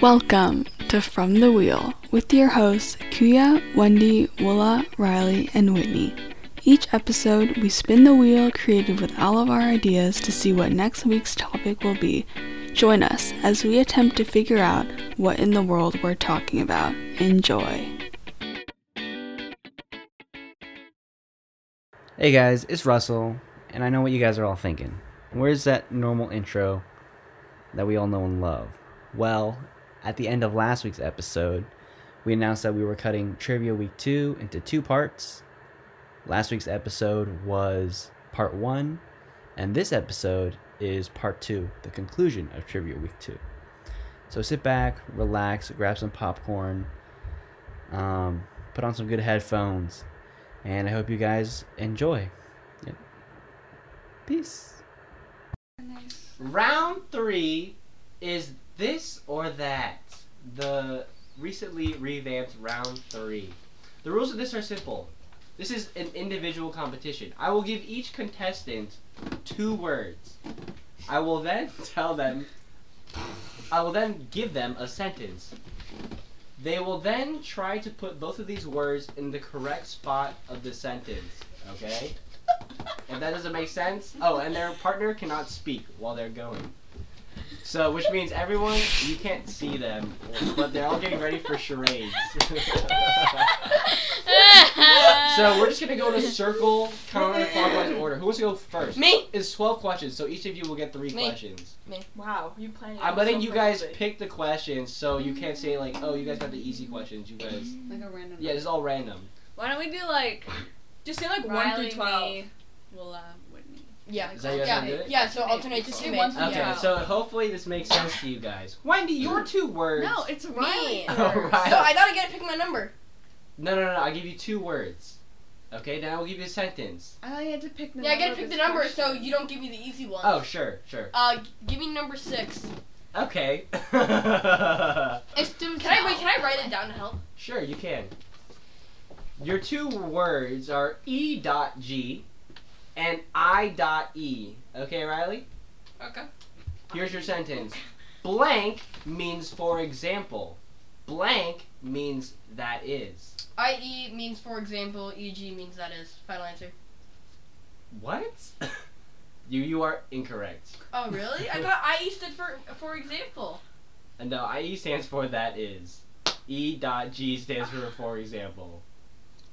Welcome to From the Wheel with your hosts Kuya, Wendy, Willa, Riley, and Whitney. Each episode, we spin the wheel created with all of our ideas to see what next week's topic will be. Join us as we attempt to figure out what in the world we're talking about. Enjoy. Hey guys, it's Russell, and I know what you guys are all thinking. Where's that normal intro that we all know and love? Well, at the end of last week's episode, we announced that we were cutting Trivia Week 2 into two parts. Last week's episode was part 1, and this episode is part 2, the conclusion of Trivia Week 2. So sit back, relax, grab some popcorn, um, put on some good headphones, and I hope you guys enjoy. Yep. Peace. Round three is this or that. The recently revamped round three. The rules of this are simple. This is an individual competition. I will give each contestant two words. I will then tell them. I will then give them a sentence. They will then try to put both of these words in the correct spot of the sentence. Okay? If that doesn't make sense, oh, and their partner cannot speak while they're going. So, which means everyone, you can't see them, but they're all getting ready for charades. so, we're just gonna go in a circle, counterclockwise order. Who wants to go first? Me. It's 12 questions, so each of you will get three Me. questions. Wow, you playing? I'm letting you guys pick the questions, so you can't say, like, oh, you guys got the easy questions, you guys. Like a random. Yeah, this is all random. Why don't we do like Just say like Riley, one through twelve. Me, Willa, Whitney. Yeah. Is that how you guys yeah. wanna do it? Yeah. So alternate Just just do me. one Yeah. through Okay, Yeah. so hopefully this makes sense to you guys. Wendy, your two words. No, it's Me. Riley. Oh, So right. I gotta get pick my number. No, no, no, no. I'll give you two words. Okay, then I will give you a sentence. I had to pick the. yeah, I gotta pick the number so you don't give me the easy one. Oh, sure, sure. Uh, g- give me number six. Okay. It's can I wait? Can I write it down to help? sure, you can. Your two words are E dot G and I dot E. Okay, Riley? Okay. Here's your sentence. Blank means for example. Blank means that is. I.e. E means for example. E.g. means that is. Final answer. What? you you are incorrect. Oh really? I thought I.e. stood for for example. And no, IE stands for that is. E dot G stands for for example.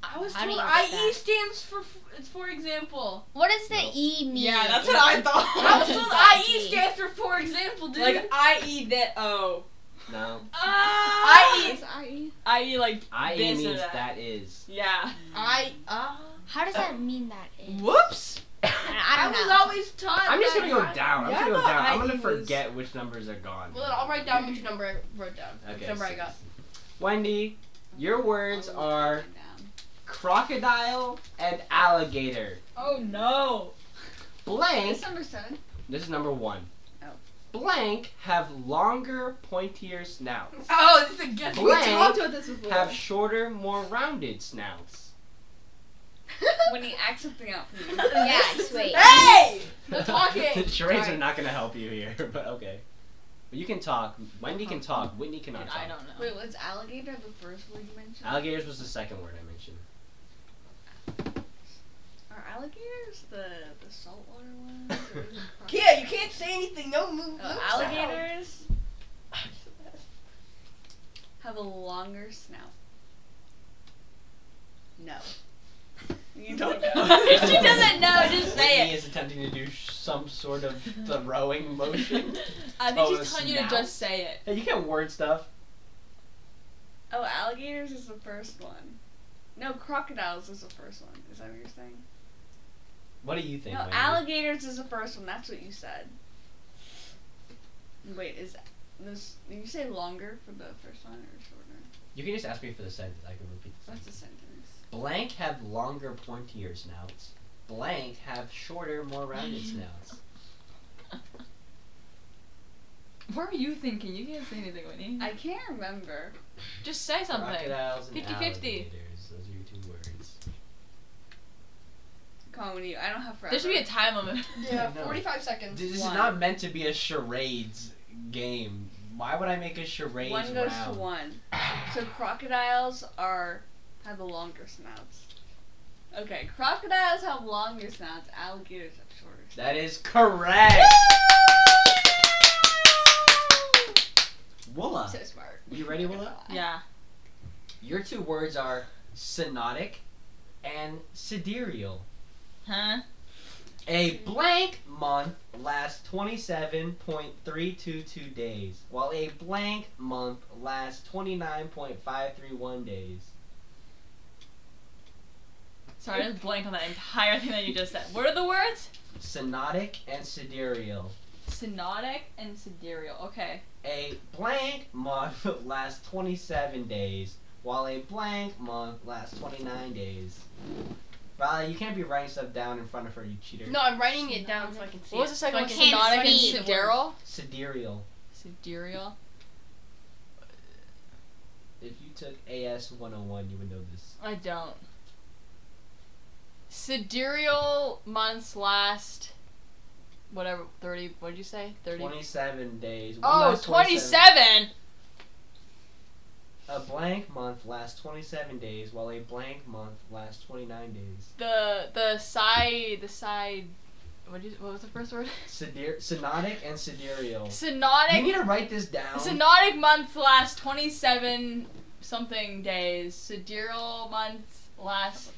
I was How do told you get I.e. that? stands for f- it's for example. What does the No. E mean? Yeah, that's what I I thought. was told Dot I.e. G. stands for for example, dude. like I eat that. Oh, No. Ah! E I E. eat. I eat like IE this or E means that. that is. Yeah. I. Uh, How does that mean that is? Whoops. I I don't was know. always taught. I'm just that gonna go I- down. I'm Yeah, just gonna go no, down. I'm IE gonna was- forget which numbers are gone. Well, then I'll write down which number I wrote down. Okay, which number I six. got. Wendy, your words are crocodile and alligator. Oh no. Blank. number seven. This is number one. Oh. Blank have longer, pointier snouts. Oh, this is a guess. Blank about this before. have shorter, more rounded snouts. When he acts something out. For me. Yes, wait. Hey. No talking. the charades are Alright. not gonna help you here, but okay. You can talk. Wendy can talk. Whitney cannot talk. I don't know. Wait, was alligator the first word you mentioned? Alligators was the second word I mentioned. Are alligators the, the saltwater ones? or is Yeah, you can't say anything. No move. Uh, no sound. alligators have a longer snout. No. You don't know. if she doesn't know, just say Whitney it. is attempting to do sh- some sort of throwing motion. I think Oh, she's the telling you to snout. just say it. hey, you can't word stuff. Oh, alligators is the first one. No, crocodiles is the first one. Is that what you're saying? What do you think? No, Wendy? alligators is the first one. That's what you said. Wait, is this? Did you say longer for the first one or shorter? you can just ask me for the sentence. I can repeat. The What's the sentence? Blank have longer, pointier snouts. Blank have shorter, more rounded snouts. What were you thinking? You can't say anything, Whitney. I can't remember. Just say something. Crocodiles and 50-50. alligators. Those are your two words. Comedy. I don't have forever. There should be a time limit. Yeah, No. forty-five seconds. This is One. not meant to be a charades game. Why would I make a charades one goes round? to one. So crocodiles are have the longer snouts. Okay, crocodiles have longer snouts. Alligators have shorter. Snouts. That is correct. Woola, So smart. you ready, Woola? Yeah. Your two words are synodic and sidereal. Huh? A blank month lasts 27.322 days, while a blank month lasts 29.531 days. Sorry, I just blanked on that entire thing that you just said. What are the words? Synodic and sidereal. Synodic and sidereal. Okay. A blank month lasts 27 days, while a blank month lasts 29 days. Riley, you can't be writing stuff down in front of her, you cheater. No, I'm writing it down so I can see. What was the it. So I second one? can Synodic and see the word. sidereal? Sidereal. Sidereal. If you took AS 101, you would know this. I don't. Sidereal months last whatever 30 what did you say 30 27 days. One oh lasts 27 A blank month lasts 27 days, while a blank month lasts 29 days. the the side the side what, did you, what was the first word Sider- synodic and sidereal. Oh. You need synodic to write this down. synodic months last 27 something days sidereal months last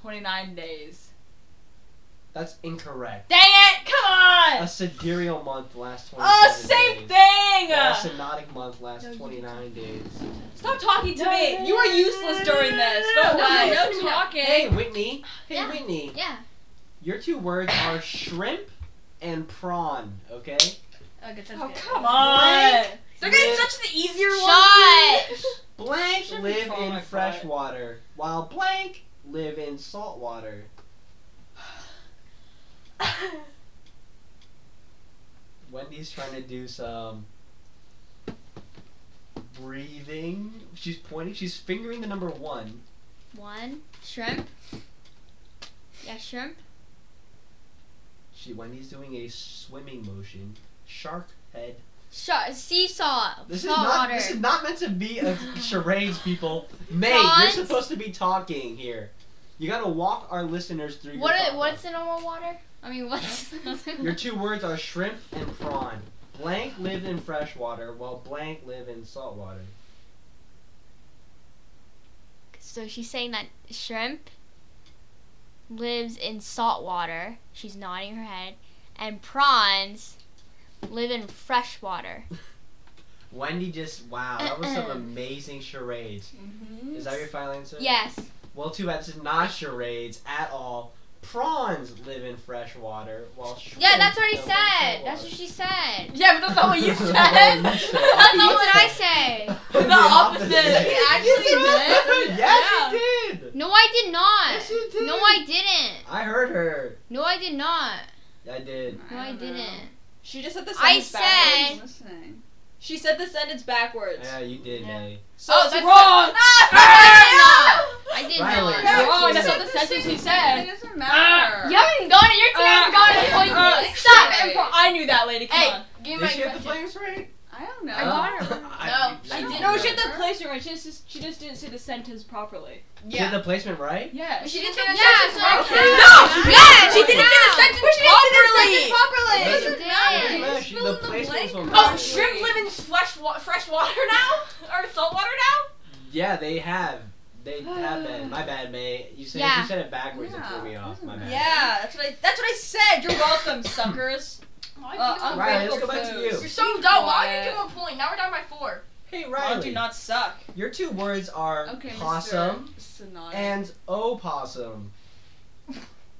29 days That's incorrect. dang it come A on sidereal month lasts 27 oh same days. thing While a synodic month lasts 29 days. stop talking to me you are useless during this go no, away no, no no. talking Hey, Whitney. Hey, Yeah. Whitney. Yeah. Your two words are shrimp and prawn, okay? Okay, that's Oh good. come on! They're Yeah. getting such the easier Shut! one. Blank Shrimp and live prawn in are fresh quiet. water, while blank live in salt water. Wendy's trying to do some breathing. She's pointing. She's fingering the number one. One shrimp. Yeah, shrimp. She Wendy's doing a swimming motion. Shark head. Shot seesaw. This is salt not. water. This is not meant to be a charades, people. May Prawns? you're supposed to be talking here. You gotta walk our listeners through. your what? thought Are, what's the normal water? I mean, what's? Your two words are shrimp and prawn. Blank live in fresh water, while blank live in salt water. so she's saying that shrimp lives in salt water. She's nodding her head, and prawns live in fresh water. Wendy just wow, that was Uh-uh. some amazing charades. Is that your final answer? Yes. Well, too bad this is not charades at all. Prawns live in fresh water, while shrimp Yeah, that's what he live in salt said. That's what water. she said. Yeah, but that's not what Oh, you That's said. not what you said. that's not what That's what I say. The opposite. He Yes, actually you did. Yes, you did. No, I did not. Yes, you did. No, I didn't. I heard her. No, I did not. I did. No, I, don't know. didn't. She just said the I sentence said- backwards. I'm listening. She said the sentence backwards. Yeah, you did, May. So Oh, it's that's- wrong. I did not. I Riley. did You're not. No. wrong. she That's not said the sentence he It said. Ah! doesn't matter. You haven't even gotten it. Your team hasn't gotten a point Uh, yet. stop Sorry. improv. I knew that lady. Come Hey, on. give me Did my she have the question. players right? I don't know. I got her. I- No, I didn't. No, she had the Her? placement right. She just she just didn't say the sentence properly. She had the placement right? Yeah. She didn't say the yeah, sentence so I right. can't- No, No. yeah, she didn't do the sentence properly. properly. Yes, It you doesn't matter. Yeah, she- the placement was Oh, right. shrimp live in fresh wa- fresh water now or salt water now? Yeah, they have. They have been. My bad, May. You said Yeah. you said it backwards and Yeah, threw me off. My bad. Yeah, that's what I that's what I said. You're welcome, suckers. Uh, Why'd you- I'm Ryan, let's grateful go back to foods. you. You're so dumb. Why would you give him a point? Now we're down by four. Hey, I do Riley. not suck. Your two words are Okay, possum Mr. Sonata. and opossum.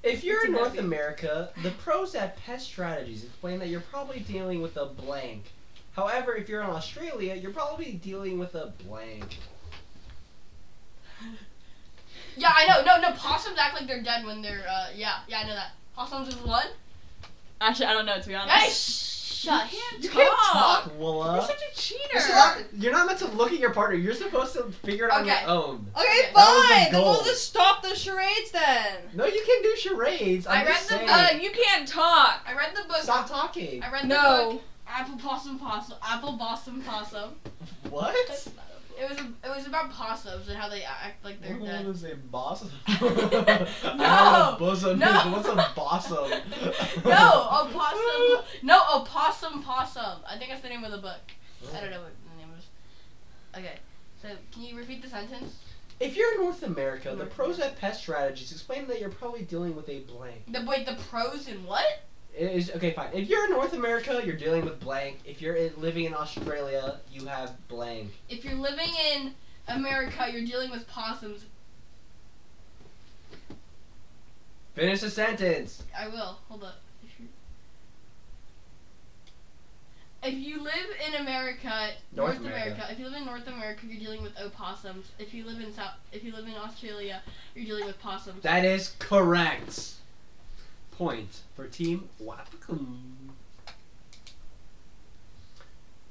If you're It's in a North movie. America, the pros at Pest Strategies explain that you're probably dealing with a blank. However, if you're in Australia, you're probably dealing with a blank. Yeah, I know. No, no. Possums act like they're dead when they're. Uh, yeah, yeah, I know that. Possums is one. Actually, I don't know to be honest. Hey, shush. You can't Talk. talk, Willa. You're such a It's cheater. not- You're not meant to look at your partner. You're supposed to figure it out on Okay. your own. Okay, That was the fine. Then goal. we'll just stop the charades then. No, you can do charades. I'm I just read the uh, saying. you can't talk. I reid the book. Stop talking. I read the book. No. I Apple possum possum. Apple possum possum. What? It was it was about possums and how they act like they're What dead. was a boss? a No! bosom. No! What's a bossum? No, a possum. No, a possum possum. I think that's the name of the book. I don't know what the name was. Okay, so can you repeat the sentence? If you're in North America, the pros at pest strategies explain that you're probably dealing with a blank. The wait, the pros and what? It is, okay, fine. If you're in North America, you're dealing with blank. If you're in, living in Australia, you have blank. If you're living in America, you're dealing with possums. Finish the sentence. I will. Hold up. If you if you live in America, North North, America. America. if you live in North America, you're dealing with opossums. If you live in South, if you live in Australia, you're dealing with possums. That is correct. Point for Team Wapicum.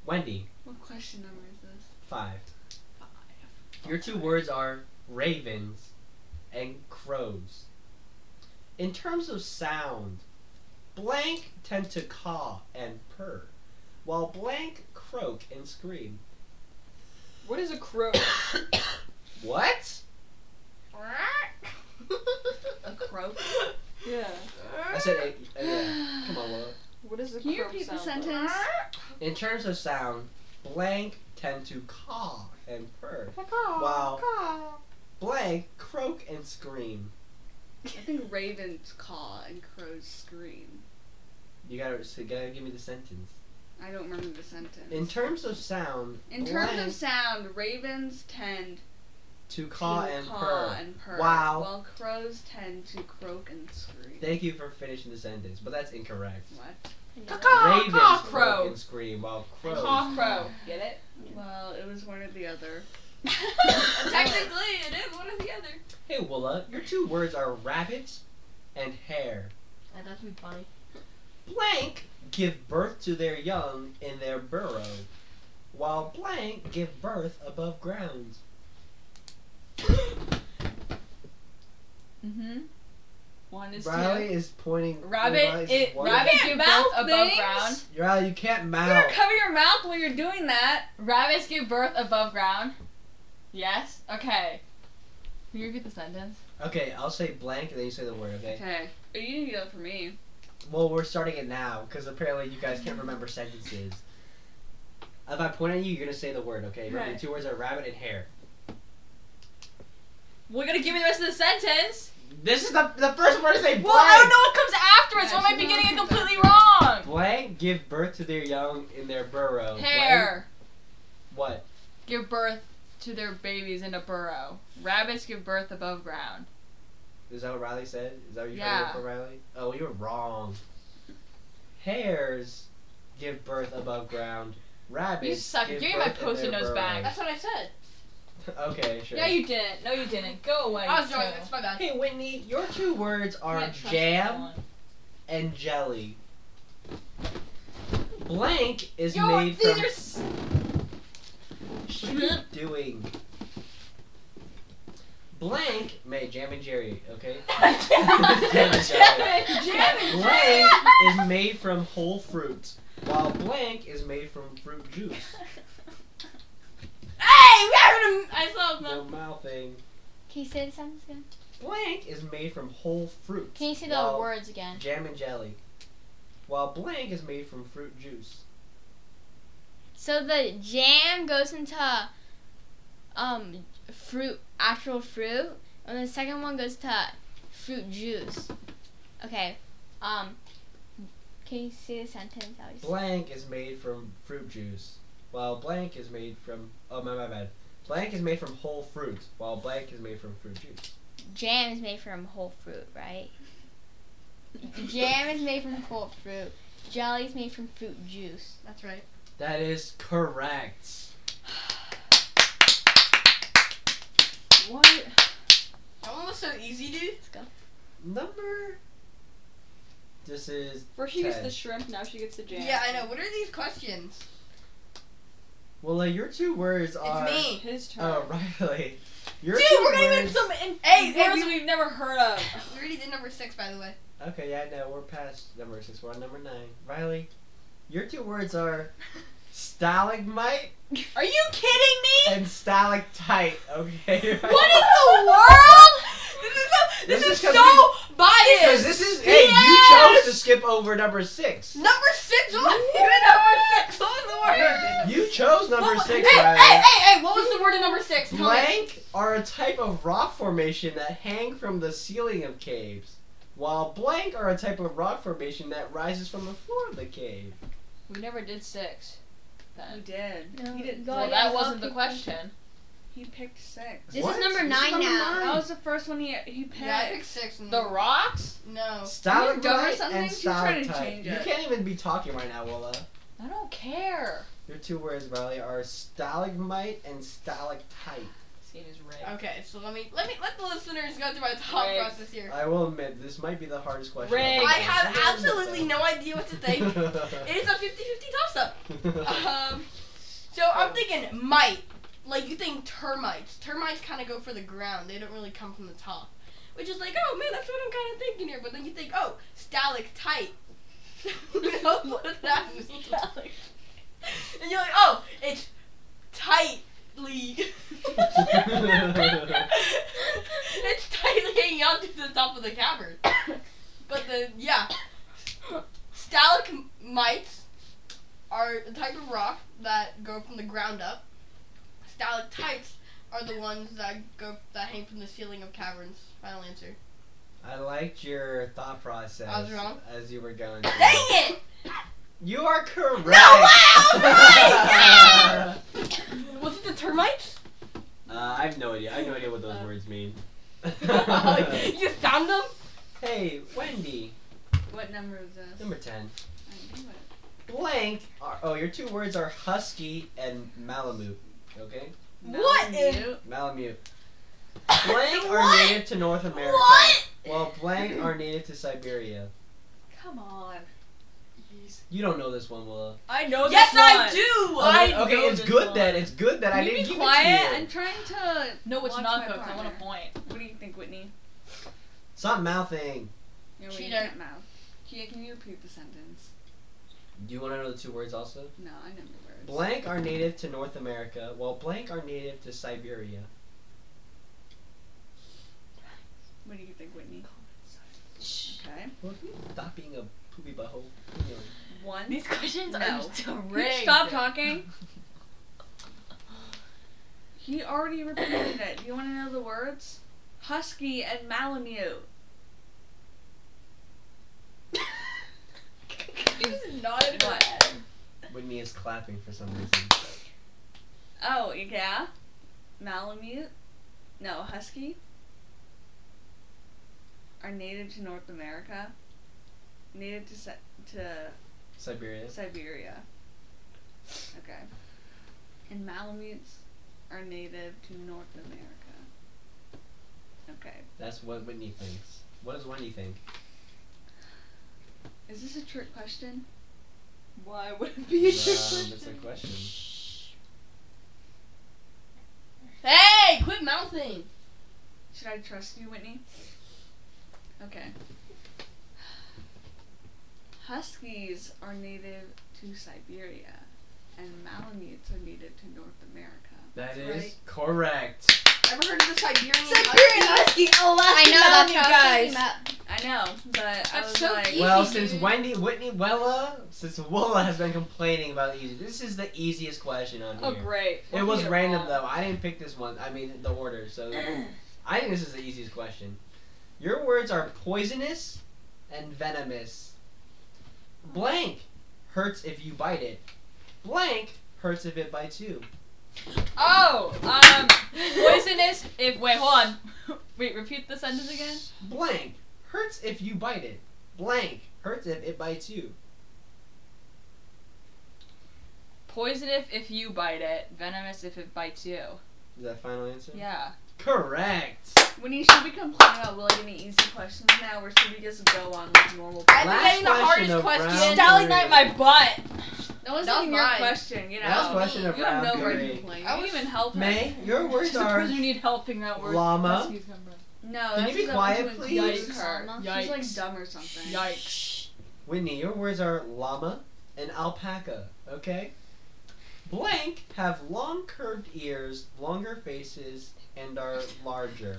Wendy, What question number is this? five. Your two words are ravens and crows. In terms of sound, blank tend to caw and purr, while blank croak and scream. What is a crow? What? A crow. yeah. I said, a, a, yeah. come on, Willa. What is a Can you crow repeat the sound like? sentence? In terms of sound, blank tend to caw and purr, Wow. while blank croak and scream. I think ravens caw and crows scream. You gotta, so you gotta give me the sentence. I don't remember the sentence. In terms of sound, In terms blank of sound, ravens tend to caw to and caw purr. and purr, Wow. while crows tend to croak and scream. Thank you for finishing the sentence, but that's incorrect. what? Ravens caw, croak crow. and scream while crows. Caw crow. Get it? Well, it was one or the other. Technically, it is one or the other. Hey Willa, your two words are rabbit and hare. That would be funny. Blank give birth to their young in their burrow, while blank give birth above ground. Mm-hmm. One is Riley is pointing. Riley's Rabbit, it, pointing- rabbit You give can't birth mouth above things. ground. Riley, you can't You mouth. gotta cover your mouth while you're doing that. Rabbits give birth above ground. Yes. Okay. Can you repeat the sentence? Okay, I'll say blank and then you say the word. Okay. Okay. But you didn't do that for me. Well, we're starting it now because apparently you guys can't remember sentences. If I point at you, you're gonna say the word. Okay. Remember, Right. The two words are rabbit and hare. We're gonna give me the rest of the sentence. This is the, the first word to say blank. Well, I don't know what comes afterwards, so I Yeah, might be she getting it knows. completely wrong. Blank give birth to their young in their burrow. Blank- Hare what? give birth to their babies in a burrow. Rabbits give birth above ground. Is that what Riley said? Is that what you Yeah. trying to go for, Riley? Oh, you were wrong. Hares give birth above ground. Rabbits. You suck. Give Give me my birth in their Post-it notes burrow. back. That's what I said. okay, sure. Yeah, you didn't. No, you didn't. Go away. I was you wrong. two. That's my bad. Hey Whitney, your two words are Can't trust jam anyone. and jelly. Blank is Yo, made these from. are. s- What are you doing? Blank made jam and jerry. Okay. Jam and jelly. Blank is made from whole fruit, while blank is made from fruit juice. Hey, we having a. I saw No them. mouthing. Can you say the sentence again? Blank is made from whole fruit. Can you say the while words again? Jam and jelly. While blank is made from fruit juice. So the jam goes into um fruit, actual fruit, and the second one goes to fruit juice. Okay. Um, can you see the sentence? I was Blank is made from fruit juice, while blank is made from. Oh my my bad. Blank is made from whole fruit, while blank is made from fruit juice. jam is made from whole fruit, right? jam is made from whole fruit. Jelly is made from fruit juice. That's right. That is correct. What? That one was so easy, dude. Number. This is. First she gets Ten. the shrimp, now she gets the jam. Yeah, I know. What are these questions? Well, uh, your two words are. it's me. His turn. Oh, Riley. Your Dude, two we're gonna even words- some in- Hey, hey, words we- we've never heard of. We already did number six, by the way. Okay, yeah, no, we're past number six. We're on number nine. Riley, Your two words are stalagmite Are you kidding me? and stalactite. Okay. What in the world? This is so, this, This is, is 'cause so Because biased. this is hey, you Yes! chose to skip over number six. number six. What was number six? What was the word? You chose number What- six, Hey, Riley. hey, hey, hey! What was the word in number six? Tell me. Blank are a type of rock formation that hang from the ceiling of caves, while blank are a type of rock formation that rises from the floor of the cave. We never did six. You Then. did. No, he did. go Well, yeah, that well, wasn't the people- question. He picked six. This is What? number This is nine number now. nine. That was the first one he he picked. Yeah, I picked six. And The rocks? No. Stalagmite dumb or something? and She's trying to stalactite. change You it. can't even be talking right now, Willa. I don't care. Your two words, Riley, are stalagmite and stalactite. See, it is rigged. Okay, so let me let me let the listeners go through my thought Rigged. process here. I will admit, this might be the hardest question. Rigged. I have absolutely no idea what to think. it think. is a 50-50 toss-up. Um, so I'm thinking mite. Like you think termites. Termites kind of go for the ground. They don't really come from the top. Which is like, oh man, that's what I'm kind of thinking here. But then you think, oh, stalactite. you know what does that mean? and you're like, oh, it's tightly. it's tightly hanging out to the top of the cavern. but then, yeah, stalagmites are a type of rock that go from the ground up. Stalactites are the ones that go that hang from the ceiling of caverns. Final answer. I liked your thought process I was wrong. as you were going. through. Dang it! You are correct. right! Was it the termites? Uh, I have no idea. I have no idea what those Uh. words mean. you found them? hey, Wendy, What number is this? number ten. I knew it. Blank. Are, oh, your two words are husky and malamute. Okay, What in- Malamute. malamute. Blank are What? native to North America, What? while blank are native to Siberia. Come on. You don't know this one, Willa. I know yes, this I one. do. Okay, I okay, know it's this good one. then. It's good that I Can you didn't be give quiet. it to you. I'm trying to. No, it's watch not my cooked. I want a partner. point. What do you think, Whitney? Stop mouthing. You're Cheater. waiting at mouth. Kia, can you repeat the sentence? Do you want to know the two words also? No, I know the words. Blank are native to North America, while blank are native to Siberia. What do you think, Whitney? Okay. Well, can you stop being a poopy butthole? One. These questions No. are so rigged. Stop talking. He already repeated it. Do you want to know the words? Husky and Malamute. Nodded What? Whitney is clapping for some reason. Oh, yeah? Malamute? No, Husky? Are native to North America? Native to, Si- to Siberia. Siberia. Okay. And Malamutes are native to North America. Okay. That's what Whitney thinks. What does Wendy think? Is this a trick question? Why would it be a trick Um, it's a question? question. Hey, quit mouthing. Should I trust you, Whitney? Okay. Huskies are native to Siberia, and Malamutes are native to North America. That is right. correct. Ever heard of the Siberian? Husky, Alaska, I know that's what I was thinking about. I know, but I That's was so like, cute. Well, Easy, since dude. Wendy, Whitney, Wella, since Wella has been complaining about easy, this is the easiest question on oh here. great. It was Get it random wrong. though. I didn't pick this one. I mean the order. So I think this is the easiest question. Your words are poisonous and venomous. Blank hurts if you bite it. Blank hurts if it bites you. Oh, um, poisonous. If wait, hold on. Wait, repeat the sentence again. Blank hurts if you bite it. Blank hurts if it bites you. Poisonous if you bite it. Venomous if it bites you. Is that final answer? Yeah. Correct. Whitney should we complain about Will getting easy questions now, or should we just go on with normal? I think I Last think the question hardest of round question. Dolly Knight my butt. That wasn't That was even your mine. question. Get Last out. question of You have round no right to three. complain. I You was- even help him. May, your words the are person who need help figuring out where llama. rescues come from. No, Can that's you be because I quiet, want to include please? her. Yikes. She's like dumb or something. Yikes. Whitney, your words are llama an alpaca, okay? Blank have long curved ears, longer faces, and are larger.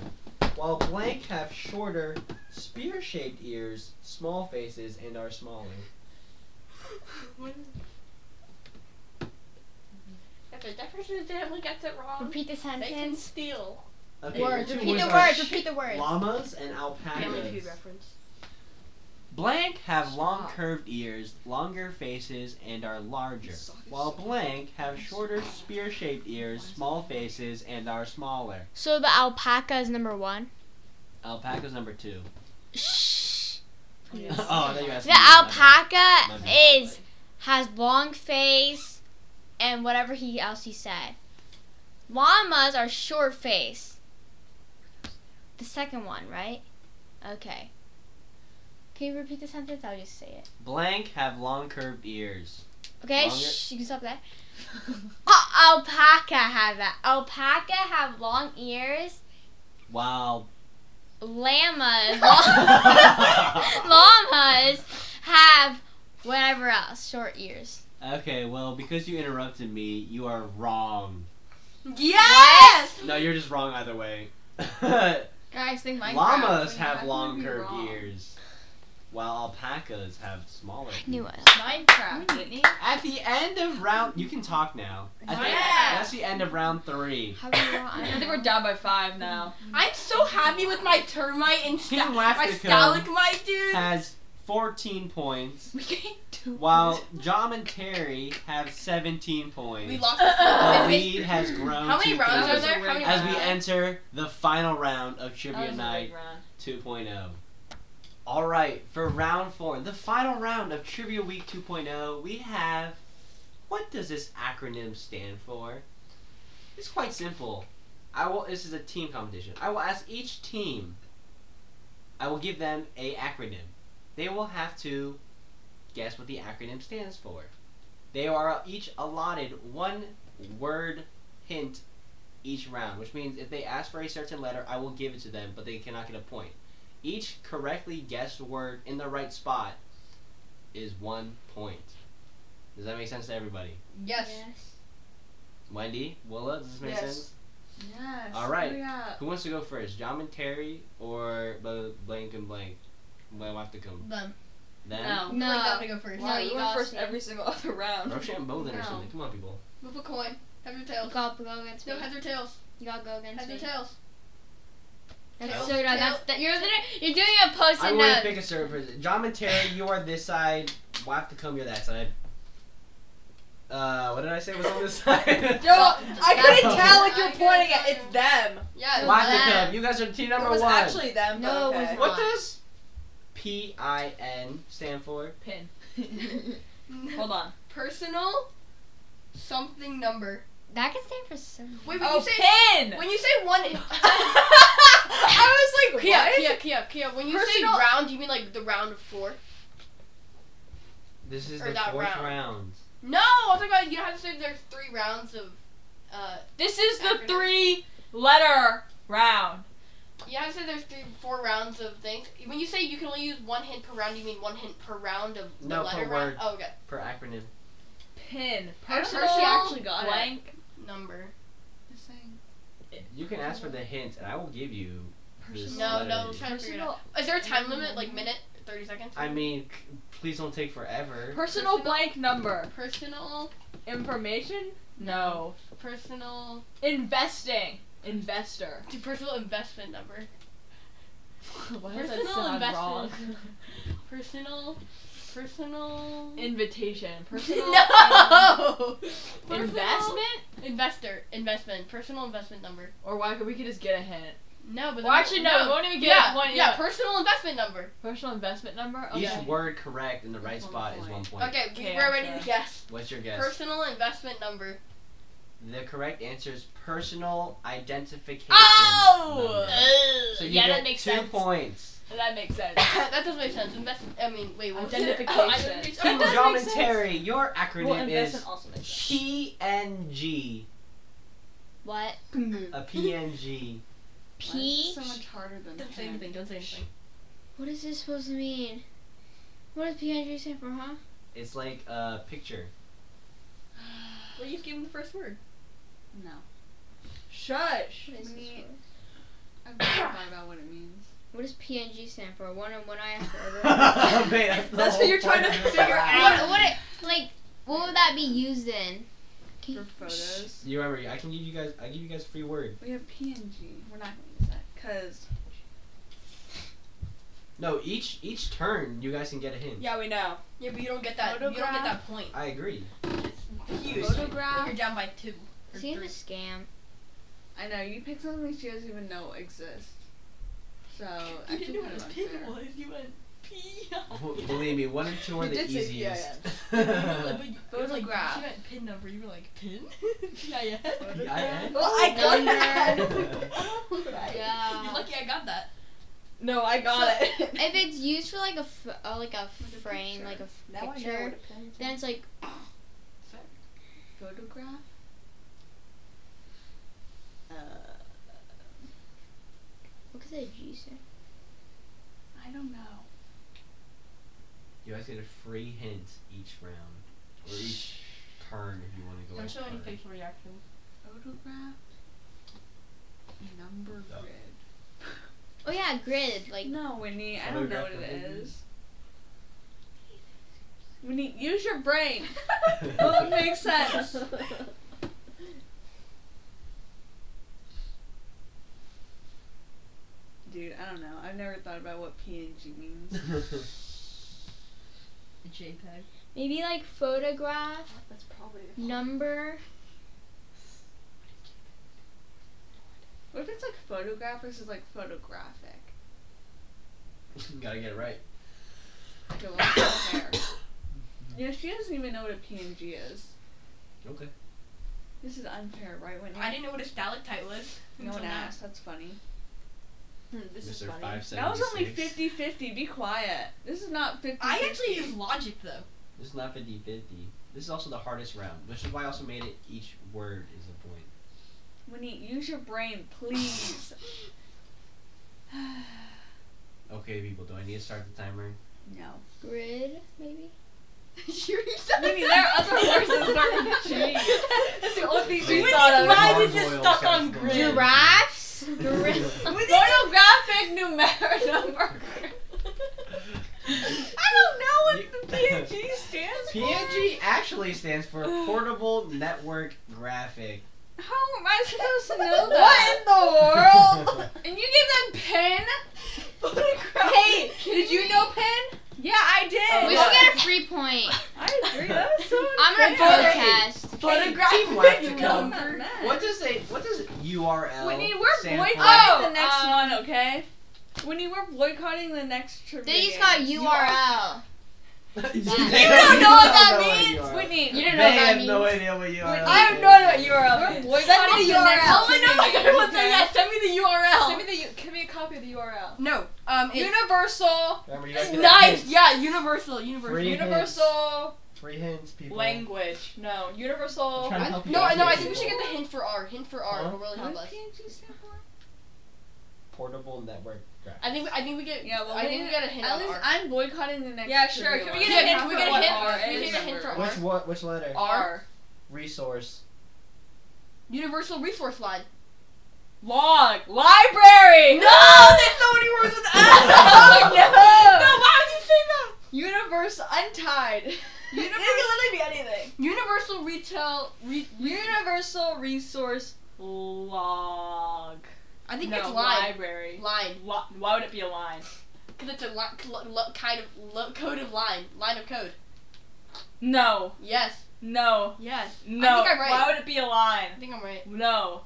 While blank have shorter, spear shaped ears, small faces, and are smaller. If a Jefferson family gets it wrong, Repeat the they can sentence. steal. Okay, Words. your two Repeat the are words. Repeat the words. Llamas and Family alpacas. Feud reference. Blank have long Stop. curved ears, longer faces, and are larger. While blank have shorter spear shaped ears, small faces, and are smaller. So the alpaca is number one. Alpaca's number two. Shh. oh, there you asked The me. My bad. My alpaca bad. is has long face and whatever he else he said. Llamas are short face. The second one, right? Okay. Can you repeat the sentence? I'll just say it. Blank have long curved ears. Okay, Longer- shh, you can stop there. Al- alpaca have that. Alpaca have long ears. Wow. Llamas, llamas have whatever else, short ears. Okay, well, because you interrupted me, you are wrong. Yes! No, you're just wrong either way. Llamas Guys, think Minecraft. you have have long to be curved wrong. ears, while alpacas have smaller. I knew it. Minecraft, didn't he? At the end of round, you can talk now. At the- Yeah. that's the end of round three. How are you wrong? I think we're down by five now. I'm so happy with my termite and sta- Team my Laftico stalagmite, dude. Has 14 points, we can't do while John and Terry have 17 points. We lost. The the lead has grown. How many to rounds three are there? How many As we rounds? enter the final round of That Trivia was a Night big round. 2.0. oh. All right, for round four, the final round of Trivia Week 2.0, we have. What does this acronym stand for? It's quite simple. I will. This is a team competition. I will ask each team. I will give them a acronym. They will have to guess what the acronym stands for. They are each allotted one word hint each round, which means if they ask for a certain letter, I will give it to them, but they cannot get a point. Each correctly guessed word in the right spot is one point. Does that make sense to everybody? Yes. Wendy, Willa, does this make Yes. sense? Yes. All right. hurry up. Who wants to go first, John and Terry or bl- blank and blank? Well, I have to come. Um, Them. Then No. No. Like, I'm gonna go first. No, Wow, you you went lost first in me. every single other round. Roshan Bolden or No. something. Come on, people. Move a coin. Heads or You tails. gotta go against me. No, heads or tails. You gotta go against Heads or me. tails. That's Tails. so dumb. That's, that, you're literally, you're doing a I post-it want to note. pick a certain person. John and Terry, you are this side. We'll have to come. You're that side. Uh, what did I say was on this side? Yo, I couldn't tell if you're pointing at- it's them. Yeah. Why? Watkam, you guys are team number one. them. but No, it was okay. what does P I N stand for? Pin. it's Hold on. Personal something number. That can stand for some. Wait, when Oh, you say pin. when you say one I was like, Kia, what? Kia, Kia, Kia, when you Personal- say round, do you mean like the round of four? This is Or the that fourth round. round. No, I'm talking about you have to say there's three rounds of uh This is the Acronym. three-letter round. you have to say there's three four rounds of things. When you say you can only use one hint per round, you mean one hint per round of the No, per letter word. round? Oh okay. Per acronym. Pin. I don't know Personal. if she actually got it. blank. Number. You can ask for the hints, and I will give you. This No, letter no, I'm is- trying to figure it out. Is there a time limit, like minute, thirty seconds? I mean, c- please don't take forever. Personal blank number. personal Information? No. personal Investing. Investor. to personal investment number. Why does that Personal sound wrong? Personal personal Invitation. Personal. No Personal Investment? Investor investment. Personal investment number. Or why could we could just get a hint? No, but Well, actually, no, we won't even get yeah, one. Yeah, Yeah. personal investment number. Personal investment number? Okay. Each word correct in the right That's one spot is point. one point. Okay, we- Okay, we're I'm ready sure. to guess. What's your guess? Personal investment number. the correct answer is personal identification. Oh! number. So you yeah, get that makes two sense. points. That makes sense. that doesn't make sense. Invest. I mean, wait. What was it? Identification. Oh, identification. That Team does John make and sense. Terry, your acronym Well, is investment also makes sense. PNG. What? A PNG. P? so much harder than Don't say anything. Don't say anything. What is this supposed to mean? What does PNG stand for, huh? It's like a picture. Well, you just gave him the first word. No. Shush. What is, this Me- word? I've never thought about what it means. what does PNG stand for? One on one eye after order. Wait, that's the That's what whole you're trying point to of it. figure what, out. what it, like, what would that be used in? Can For you- photos. You remember? I can give you guys. I give you guys a free word. We have PNG. We're not going to use that because No, each each turn you guys can get a hint. Yeah, we know. Yeah, but you don't get that. You don't get that point. I agree. It's huge. Photograph. You're down by two. or Is he in a three. scam? I know you picked something she doesn't even know exists. So You didn't actually know kind what his of pin unfair. was. You went P. B- Believe me, one and two are You the did say easiest. But you, it was like, Photograph. She meant pin number. You were like pin. yeah, yeah. PIN? Oh, Well, I got that. Yeah. You're lucky I got that. No, I got If it's used for like a f- uh, like a Like a frame, picture. like a f- picture, then it's like Photograph. Uh, what could the G stand? I don't know. You guys get a free hint each round or each turn if you want to go. Don't each show any turn. facial reaction. Photograph. Number No. grid. Oh yeah, grid. Like No, Winnie. I don't know what Photograph it number grid. is. Winnie, use your brain. What would make sense? Dude, I don't know. I've never thought about what PNG means. A JPEG. maybe like photograph That's probably. number. What if it's like photograph versus like photographic? Gotta get it right. Like a lot of hair. You know, she doesn't even know what a PNG is. Okay. This is unfair, right, Whitney? I didn't know what a stalactite was. No one until now. asked. That's funny. This is Mr. funny. 576. That was only 50 50. Be quiet. This is not 50 I actually use logic though. This is not 50 50. This is also the hardest round, which is why I also made it each word is a point. Winnie, use your brain, please. Okay, people, do I need to start the timer? no. Grid, maybe. sure you said Winnie, there are other words that start with G. That's the only Oh, thing Winnie's she thought of. mind is just stuck on grid. Giraffes. Grid. Photographic numeric number. I don't know what the PNG stands for. PNG actually stands for Portable Network Graphic. How am I supposed to know What that? in the world? And you give them pin? Photograph. Hey, did you know pen? Yeah, I did. We should get a free point. I agree. That was so I'm gonna unfair. protest. Photograph. Team left to No, I'm come. not mad. What does a what does URL? Whitney, we're stand boycotting for? Oh, the next um, one, okay? Whitney, we're boycotting the next trivia. They just game. got URL. you don't know what that means? Whitney, You They don't know what that have means. no idea what URL. I is. have no idea what you are up We're to. boycotting Send me the next the URL. trivia game, Oh, no, I want the- okay? yeah, Send me the URL. Send me the. U- Give me a copy of the URL. No. Um. it- Universal Remember, you guys get a Nice. hint. Yeah. Universal. Universal. Free hints. Universal Three hints, people. language. No, I'm universal. trying to help you No, out no, here, I think we should people. get the hint for R. Hint for R Huh? will really help What does us. PNG stand for? Portable Network Graphic. I think we, I think we get Yeah, well, I think we- we get a hint At on least R. I'm boycotting the next Yeah, sure. trivia Can we one. get a Yeah, hint? we We get get a a hint. hint. We We get a hint for for R. Which what? Which letter? R. Resource. Universal resource line. log library. that's so many words with Oh, no. why would you say that? Universe untied. Universe- it could literally be anything. Universal retail. Re, Universal resource log. I think no, it's line. library. Line. Lo- why would it be a line? Cause it's a li- cl- lo- kind of lo- code of line. Line of code. No, Yes. no, Yes. no. I think I'm right. Why would it be a line? I think I'm right. No,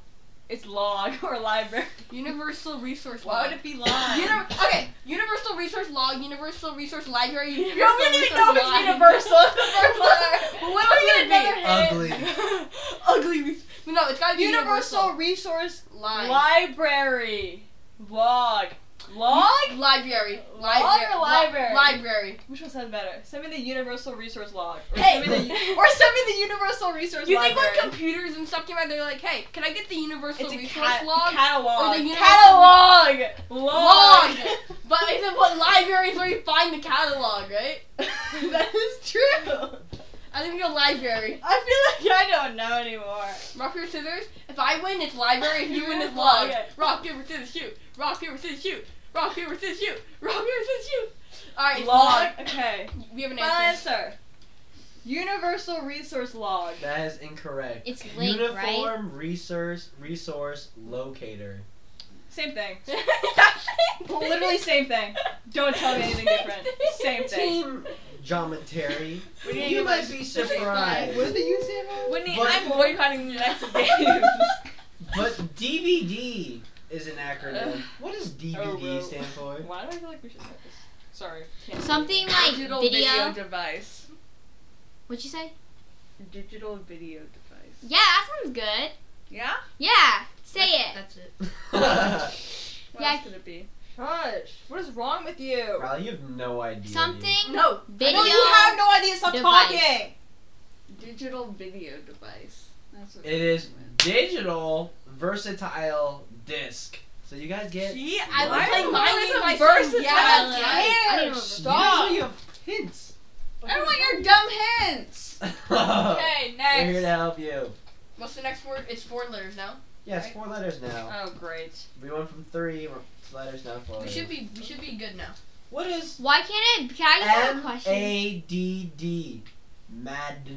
it's log or library. Universal resource Why line. would it be line? Uni- okay, Universal Resource Log, Universal Resource Library, Universal You don't Resource even know if it's Line. universal. It's the first letter. Well, what Can we else get would it another be? hint? Ugly. Ugly. Res- no, it's gotta be Universal Universal, resource Line. library log. Log? Library. Log or library? library. Which one sounds better? Send me the Universal Resource Log. Or Hey. Send me the, or send me the Universal Resource You think Library. when computers and stuff came out, they're like, hey, can I get the universal it's a resource cat- log? catalog. or the Universal- catalog. Log. Log. But is it what libraries where you find the catalog, right? that is true. I think we go library. I feel like I don't know anymore. Rock, paper, scissors. If I win, it's library. If you win, it's Log. log. Rock, paper, scissors, shoot. Rock, paper, scissors, shoot. Rock, paper, scissors, shoot. Rock, paper, scissors, shoot. All right, it's log. Log. Okay. We have an Final answer. answer. Universal Resource Log. That is incorrect. It's link, Uniform right? resource resource locator. Same thing. Literally Literally. same thing. Don't tell me anything different. Same thing. Team Jomentary, We need you to- might be surprised. What did you say about Whitney, But- I'm boycotting the next game. But DVD is an acronym. Ugh. what does Oh, DVD well. stand for? Why do I feel like we should start this? Sorry. can't- Something like Digital video. device. What'd you say? Digital video device. Yeah, that sounds good. Yeah? Yeah, say it. That's it. What Yeah. else could it be? Gosh, what is wrong with you? Riley, you have no idea. dude. Something. No. I Video. know you have no idea. Stop device. talking. Digital video device. That's what It is meant. digital versatile disc. So you guys get. Gee, I was don't playing my really game know myself. versatile. Yeah, I don't care. yeah. I don't You guys only Stop. have hints. I don't want your dumb hints! Okay, We're here to next. help you. What's the next word? It's four letters now. Yes, four letters now. Oh great. We went from three we're- it's letters now four. We letters. should be we should be good now. What is Why can't it? Can I just have a M question? A D D? Mad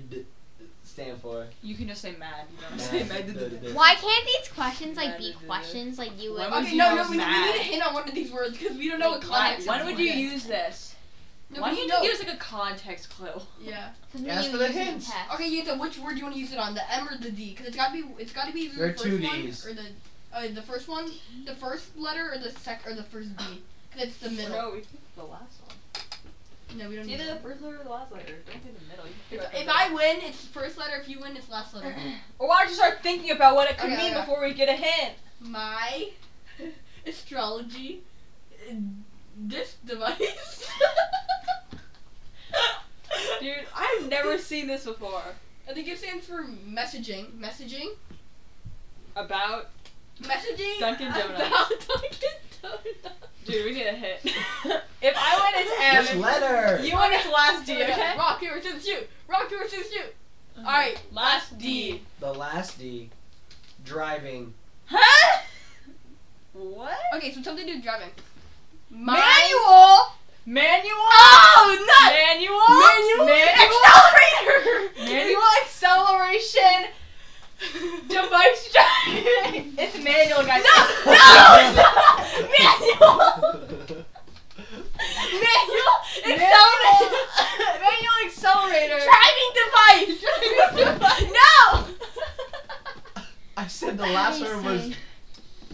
stand for. You can just say mad. You don't have to say Mad- mad. Why can't these questions like be Mad- questions like you would? Why would Okay, you no, know no, we, we need mad? a hint on one of these words because we don't know what Why, context. when it's would for. you use this? No, Why we can't know. you use like a context clue? Yeah. Something Yes, you for the use in hints. text. Okay, you said which word do you want to use it on, the M or the D? Because it's gotta be it's gotta be either There are the first two one Ds. or the uh, the first one, the first letter or the sec or the first D. Because it's the middle. No, we can the last one. No, we It's don't need either the that. first letter or the last letter. Don't say the middle. You can If, figure out the if middle. I win, it's first letter. If you win, it's last letter. Or why don't you start thinking about what it could Okay, mean okay. before we get a hint? My astrology uh, this device. Dude, I've never seen this before. I think it stands for messaging. Messaging. About Messaging. Dunkin' Donuts. About Dunkin' Donuts. dude, we need a hint. if I win, it's Which M. letter? You win, it's last D. Okay. Uh-huh. Rock paper scissors shoot. Rock paper scissors shoot. All right. Last D. The last D. Driving. Huh? What? Okay, so something to do with driving. Manual. Manual. Oh, nuts! Manual. Manual. Manual. Accelerator. Manual acceleration. Device driving. It's manual, guys. No, no, stop. Manual accelerator. manual accelerator. Driving device. no. I said the last Let word me was. see.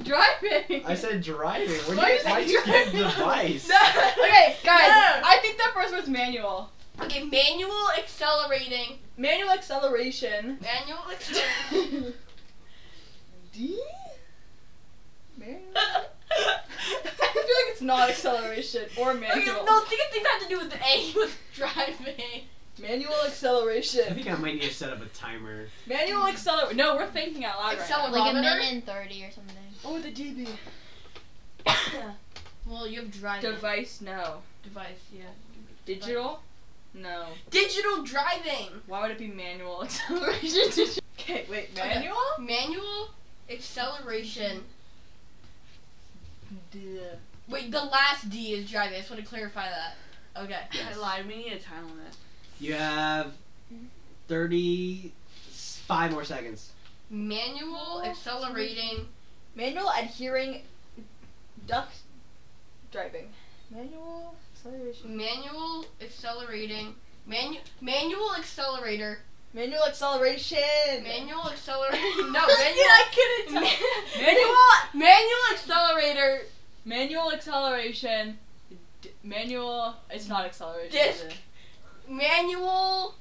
Driving. I said driving. Where Why do you, is it why you get driving? device? okay, guys. No. I think that first word's manual. Okay, manual accelerating. Manual acceleration. Manual accelerating. D. Manual. I feel like it's not acceleration or okay, manual. no, think of things that have to do with the A with driving. Manual I acceleration. think I might need to set up a timer. Manual accelerate. No, we're thinking out loud right Acceler- now. Like a Barometer? minute and thirty or something. Oh, the DB. Well, you have driving. Device, no. Device, yeah. Digital? No. Digital driving. Why would it be manual acceleration? okay, wait, Okay. manual? Manual acceleration. Duh. Wait, the last D is driving. I just want to clarify that. Okay. I lied, we need a time on that. You have 35 more seconds. Manual accelerating. Manual adhering duck driving. Manual acceleration. Manual accelerating. Manu- manual accelerator. Manual acceleration. Manual accelerator. No, Dude, manual. I couldn't tell. manual. Manual accelerator. Manual acceleration. D- manual. It's not acceleration. Disc. is it? Manual.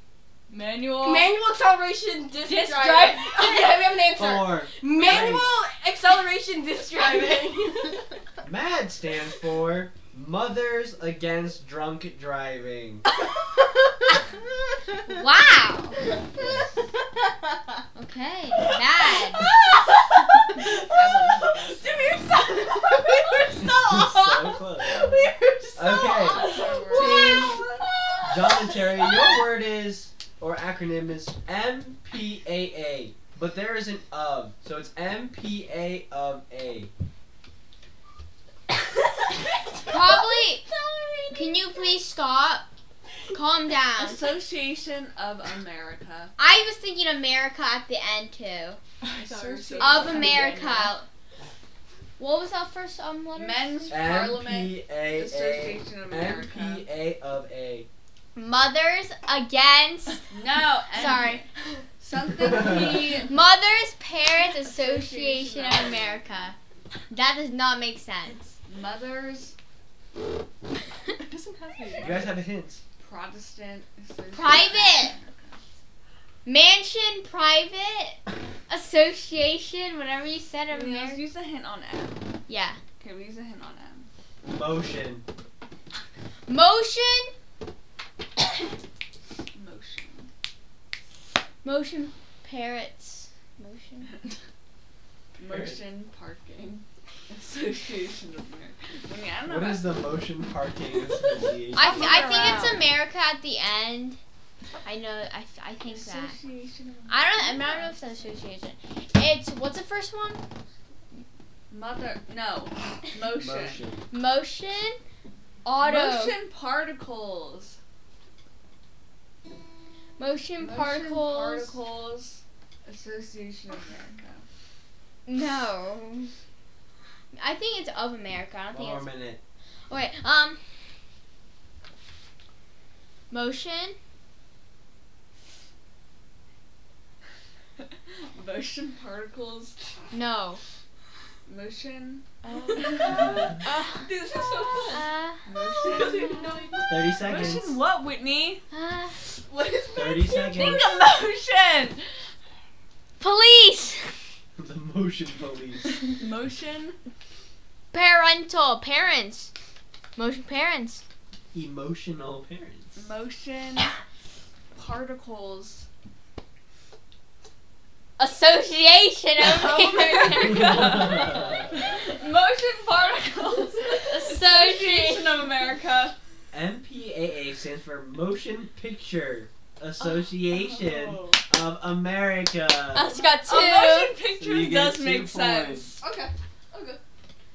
Manual. Manual acceleration. Disc, Disc driving. driving. Oh, okay, we have an answer. Four. Manual acceleration. Disc driving. Mad MAD stands for Mothers Against Drunk Driving. Wow. Yes. Okay. Bad. Dude, we were so, we were so so off. close. We were so Okay. off. Oh, Team Wow. John and Terry, your word is, or acronym is MPAA, but there is an of, so it's MPA of A. Probably. Can you please stop? Calm down. Association of America. I was thinking America at the end too. At Of the end, America. What was that first um letter? Men's Parliament MPAA. Association of America. MPA of A. Mothers against. No, and Sorry. Something he Mothers Parents Association of America. That does not make sense. Mothers It doesn't have to be. You guys have a hint. Protestant Association. Private. Mansion Private Association, whatever you said of Can we America. use a hint on M? Yeah. Can we use a hint on M? Motion. Motion. Motion. Motion Parrots. Motion. Motion parking. Association of America. I mean, I don't know. What about- is the motion parking association? I, th- I think around. it's America at the end. I know. I, th- I think that. Association of I don't. I'm not know if it's association. It's what's the first one? Mother. No. Motion. Motion. Motion. Auto. Motion particles. Motion Motion particles. particles. Association of America. No. I think it's of America. I don't One think more it's. minute. Okay. Um. Motion. Motion particles. No. Motion. Dude, this is so fun. Uh, Motion. Thirty seconds. Motion what, Whitney? uh, What is Thirty Think seconds. of motion. police. the motion police. Motion. Parental. Parents. Motion parents. Emotional parents. Motion. Particles. Association of Oh Motion particles. Association of America. MPAA stands for Motion Picture Association of America. Us got A motion So two. you pictures get does two make points. sense. Okay.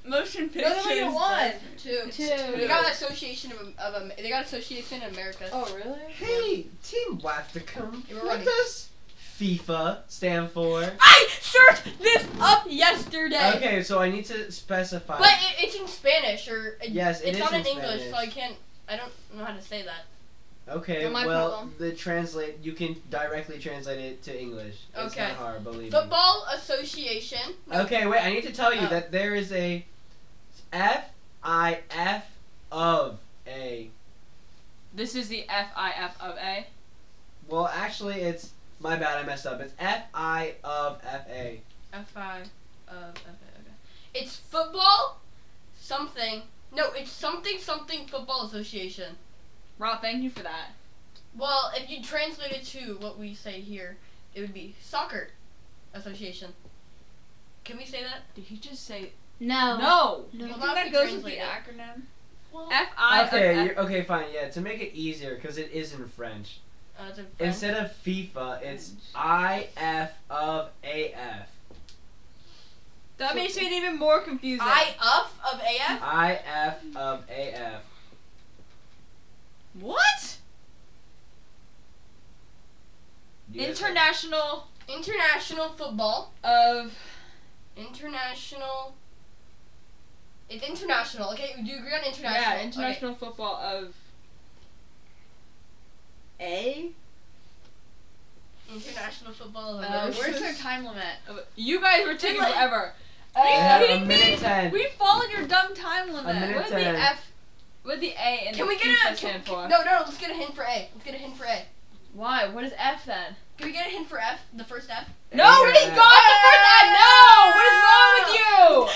Motion No, pictures. no, wait, one, two. Two. They got Association of, of Am- they got Association of America. Oh, really? Hey, Team Wafticum, You were what right. does FIFA stand for? I searched this up yesterday. Okay, so I need to specify. But it, it's in Spanish or it, Yes, it it's is not in in, English, so I Spanish. can't. I don't know how to say that. okay, Not my well, problem. the translate you can directly translate it to English. It's Okay. not hard, believe me. Football Association. Okay, wait, I need to tell you Oh. that there is a F I F of A. This is the FIF of A. Well, actually, it's my bad. I messed up. It's F I of F A. F I of F A. It's football something. No, it's something something football association. Rob, thank you for that. Well, if you translate it to what we say here, it would be soccer association. Can we say that? Did he just say No. no? You Well, think not if that we goes with the translate acronym? F I of okay, F. you're, okay, fine. Yeah, to make it easier, because it is in French. Uh, it's in French. Instead of FIFA, it's I F of A F. That makes it even more confusing. I up of AF. I F of A F. what? You guys have- International International football. of International. It's international. Okay, do you agree on international? yeah, Okay. international football of A. International football. Uh, association. Where's their time limit? You guys were taking Like- forever. We Are have you a kidding me? minute ten. We followed your dumb time A minute limit. What the ten. F? What the A and Can the we get FIFA a can, stand for? no no? Let's get a hint for A. Let's get a hint for A. Why? What is F then? Can we get a hint for F? The first F. No, we Yeah. got the first F. No, what is wrong with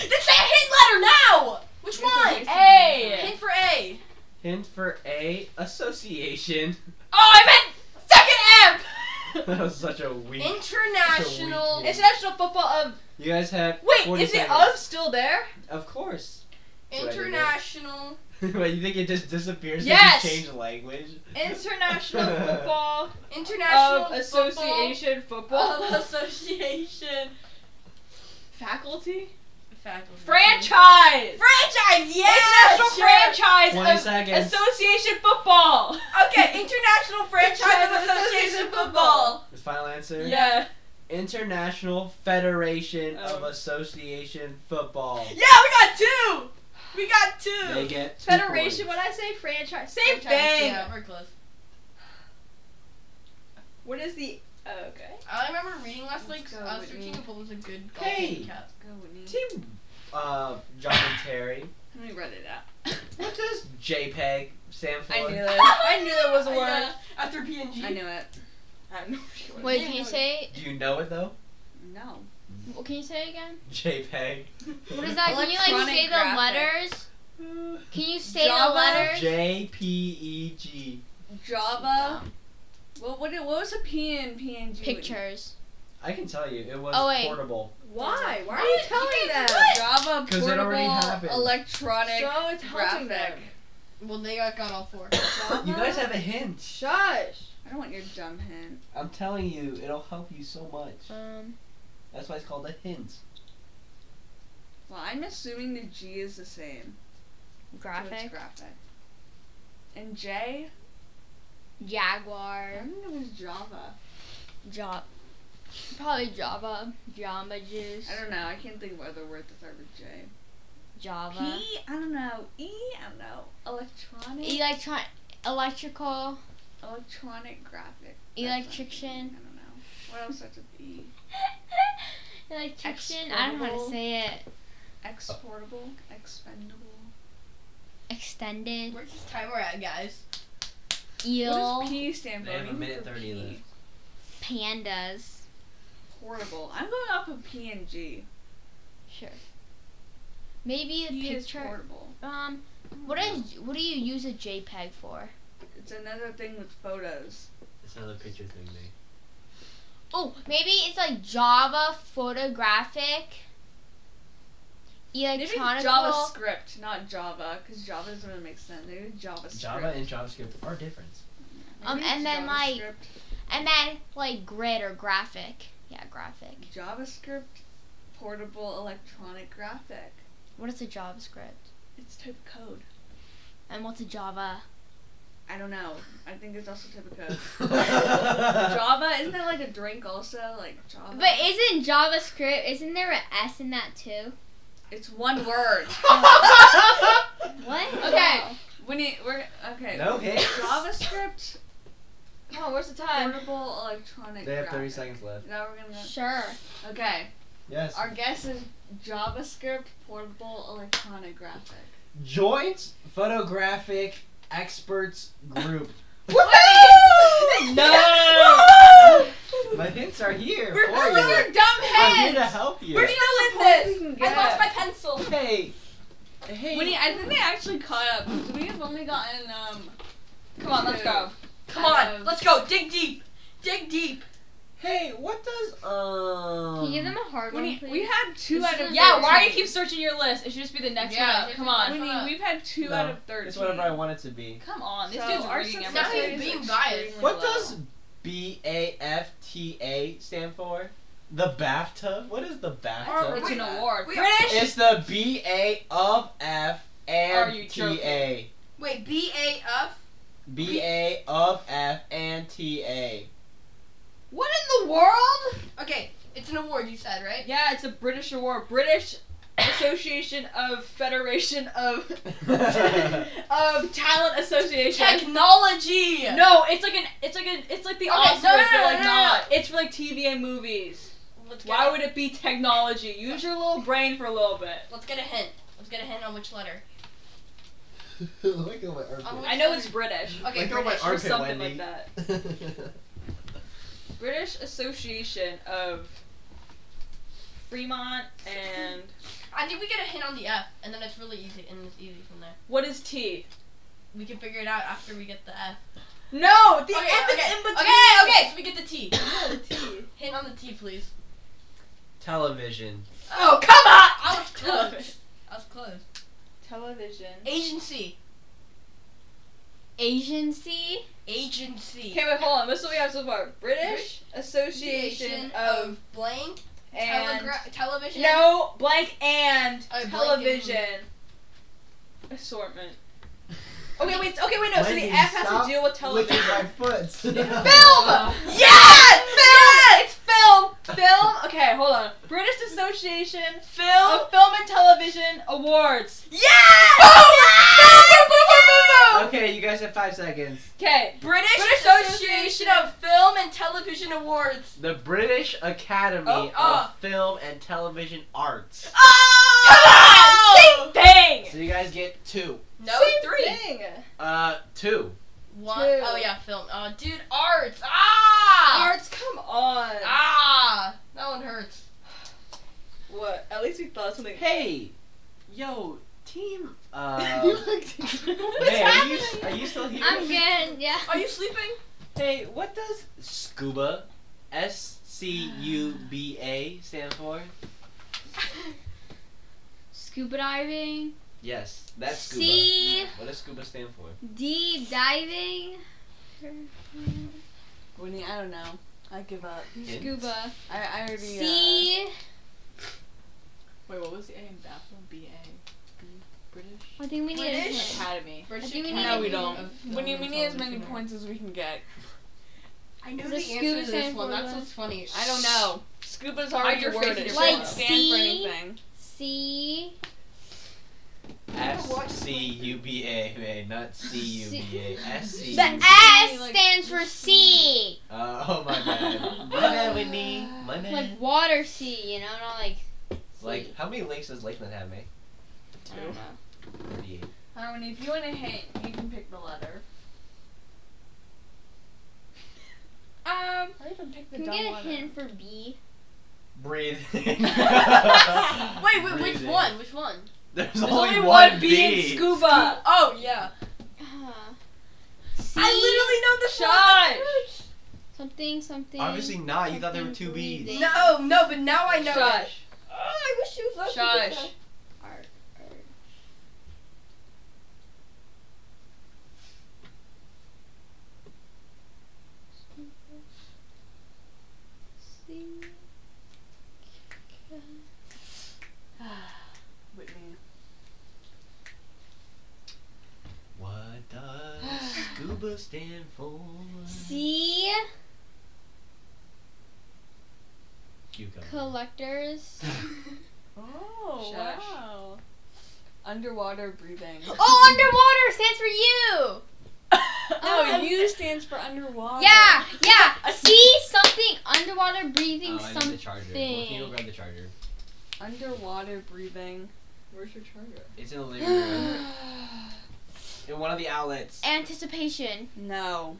you? Then say a hint letter now. Which one? Nation. Oh, I meant second M. that was such a weak. International. It's a weak International football of. You guys have. Wait, 40 is it seconds. of still there? Of course. That's what I did there. International. but you think it just disappears Yes! if you change language? International football International of Association football, Football of Association. faculty Faculty. franchise. Franchise. Yeah. International sure. franchise 20 of seconds. Association football. Okay. International franchise of Association football. The final answer? Yeah. International Federation of Oh. Association Football. Yeah, we got two. We got two. They get two Federation. points. When I say franchise, same Franchise, thing. Yeah, we're close. What is the? Oh, okay. I remember reading last week. Let's go, Uh, Whitney. Searching Bull was a good golf Hey. handicap. Go, Whitney. Team uh, John and Terry. Let me read it out. What does JPEG stand for? I knew it. I knew there was a I word. know. After PNG. I knew it. I know what you were- Wait, can you say Do you know it though? No. well, can you say it again? JPEG. What is that? Can you like Electronic say the graphic. letters? Can you say Java? the letters? J P E G. Java. What what what was a P in PNG? Pictures. I can tell you, it was Oh, wait. portable. Why? Why are Why you did- telling you them? guys Java 'Cause it already happened. portable electronic So it's helping graphic. them. Well, they got, got all four. You guys have a hint. Shush. I don't want your dumb hint. I'm telling you, it'll help you so much. Um, That's why it's called a hint. Well, I'm assuming the G is the same. So it's graphic. graphic. And J? I Jaguar. don't know it was Java. Job. Probably Java. Jamba Juice. I don't know. I can't think of other words that start with J. Java. P? I don't know. E? I don't know. Electronic. Electron. Electrical. electronic graphic. I Electrician. don't know. What else starts with E? Electrician. I don't know how to Exportable. say it. Exportable. Expendable. Extended. Where's this timer at, guys? What does Eel. P stand for? They have What a do you minute think 30 of P? left. Pandas. Portable. I'm going off of PNG. Sure. Maybe the P is picture. portable. Um, what is what do you use a JPEG for? It's another thing with photos. It's another picture thing, they. Oh, maybe it's like Java photographic. Maybe it's Electronic. JavaScript, not Java, because Java doesn't really make sense. Maybe it's JavaScript. Java and JavaScript are different. Maybe Um, it's and then, like- JavaScript. And then like grid or graphic. Yeah, graphic. JavaScript portable electronic graphic. What is a JavaScript? It's type of code. And what's a Java? I don't know. I think it's also type of code. Java isn't that like a drink also? Like Java. But isn't JavaScript? Isn't there an S in that too? it's one word. What? Okay. When it we're okay. No hints. JavaScript Oh, where's the time? portable electronic. They have 30 graphic. seconds left. Now we're gonna. Sure. Okay. Yes. Our guess is JavaScript portable electronic graphic. Joint Photographic Experts Group. No. My hints are here We're for still you. your dumb I'm here to heads. help you. We're still in this. I get. lost my pencil. Hey. Hey. Winnie, I think they actually caught up. We have only gotten um. Come on, let's go. Um, Come Kind on, of- let's go. Dig deep. Dig deep. Hey, what does um? Can you give them a hard one, Winnie, please? we had two This out is of a- Yeah, why do you thirteen. keep searching your list? It should just be the next Yeah. one. Come on. Winnie, we've had two No, out of thirteen. It's whatever I want it to be. Come on. This So dude's our reading success Now you're everything. rate is being extremely biased. What low. does B A F T A stand for? The bathtub. What is the Oh, Or- bathtub? It's Wait, an award. wait, British. It's the B A of F Are you and joking? T A. Wait, B A F. B A of F and T A. What in the world? Okay, it's an award you said, right? Yeah, it's a British award. British Association of Federation of of Talent Association. Technology. No, it's like an it's like an it's like the Okay, Oscars, no, no, no, but like no, no, not. It's for like TV and movies. Let's get Why a, would it be technology? Use your little brain for a little bit. Let's get a hint. Let's get a hint on which letter. Look at my armpit. Oh, On which I know letter. it's British Okay, Look at my British. or armpit, something Wendy. like that. British Association of Fremont and I think we get a hint on the F, and then it's really easy, and it's easy from there. what is T? We can figure it out after we get the F. No, the okay, F is okay, in between. Okay, okay, so we get the T. the T. Hint on the T, please. Television. Oh, come on! I was close. I was close. Television. Agency. Agency. Agency. Okay, wait, hold on. This is what we have so far. British Association Association of blank and telegra- television. no blank and Oh, blank television assortment. Okay, wait. Okay, wait. No, so the Wendy, F has stop to do with Licking television. my foot. Film. Yes, film. It's film. Film. Okay, hold on. British Association Film. of Film and Television Awards. Yeah! Yes! Okay, you guys have five seconds. Okay. British, British Association Association of Film and Television Awards. The British Academy Oh, uh. of Film and Television Arts. Come on. Same thing. So you guys get two. Ah! No, Same three. thing. Uh, two. One. Two. Oh yeah, film. Oh, dude, arts. Ah. Arts. Come on. Ah. That one hurts. What? At least we thought something. Hey, yo, team. Uh, What's hey, are you are you still here? I'm good. Yeah. Are you sleeping? Hey, what does scuba, S C U B A stand for? Scuba diving. Yes, that's scuba. Sea What does scuba stand for? deep diving. Whitney, I don't know. I give up. Hint? Scuba. I, I already. Uh, Sea. wait, what was the A in that one? B A. B. British. I think we need a British? hint. Academy. I think we need No, a we hint. uh, don't. We need, we need as many television. points as we can get. I know What the does answer scuba to this stand one. for, That's though? what's funny. I don't know. Scuba's already your face worded. in It your doesn't phone. stand for Sea. anything. Sea. S C U B A, man, not C U B A. S C U B The A. S stands for sea. Uh, oh my bad. My bad, Whitney. My bad. Like water sea, you know, not like. Like, sea. how many lakes does Lakeland have, man? I don't know. Thirty-eight. Harmony, if you want a hint, you can pick the letter. Um. I even pick the Can we get a hint for B? Breathe. wait, wait, which Breathe in. one? Which one? There's, There's only, one B in B. scuba. Oh yeah. Uh, Shy. something something. Obviously not. You thought there were two Breathe B's. in. No, no, but now I know. Shush. Oh, I wish she was Shush. Sea. Whitney. What does scuba stand for? Sea Cucumber. collectors. Oh Shush. wow. Underwater breathing. oh, underwater stands for you. no, um, U Oh, stands for underwater. Yeah, yeah. Sea something underwater breathing Oh, I need the charger. Well, can you go something. grab the charger? Underwater breathing. Where's your charger? It's in the living room. in one of the outlets. Anticipation No.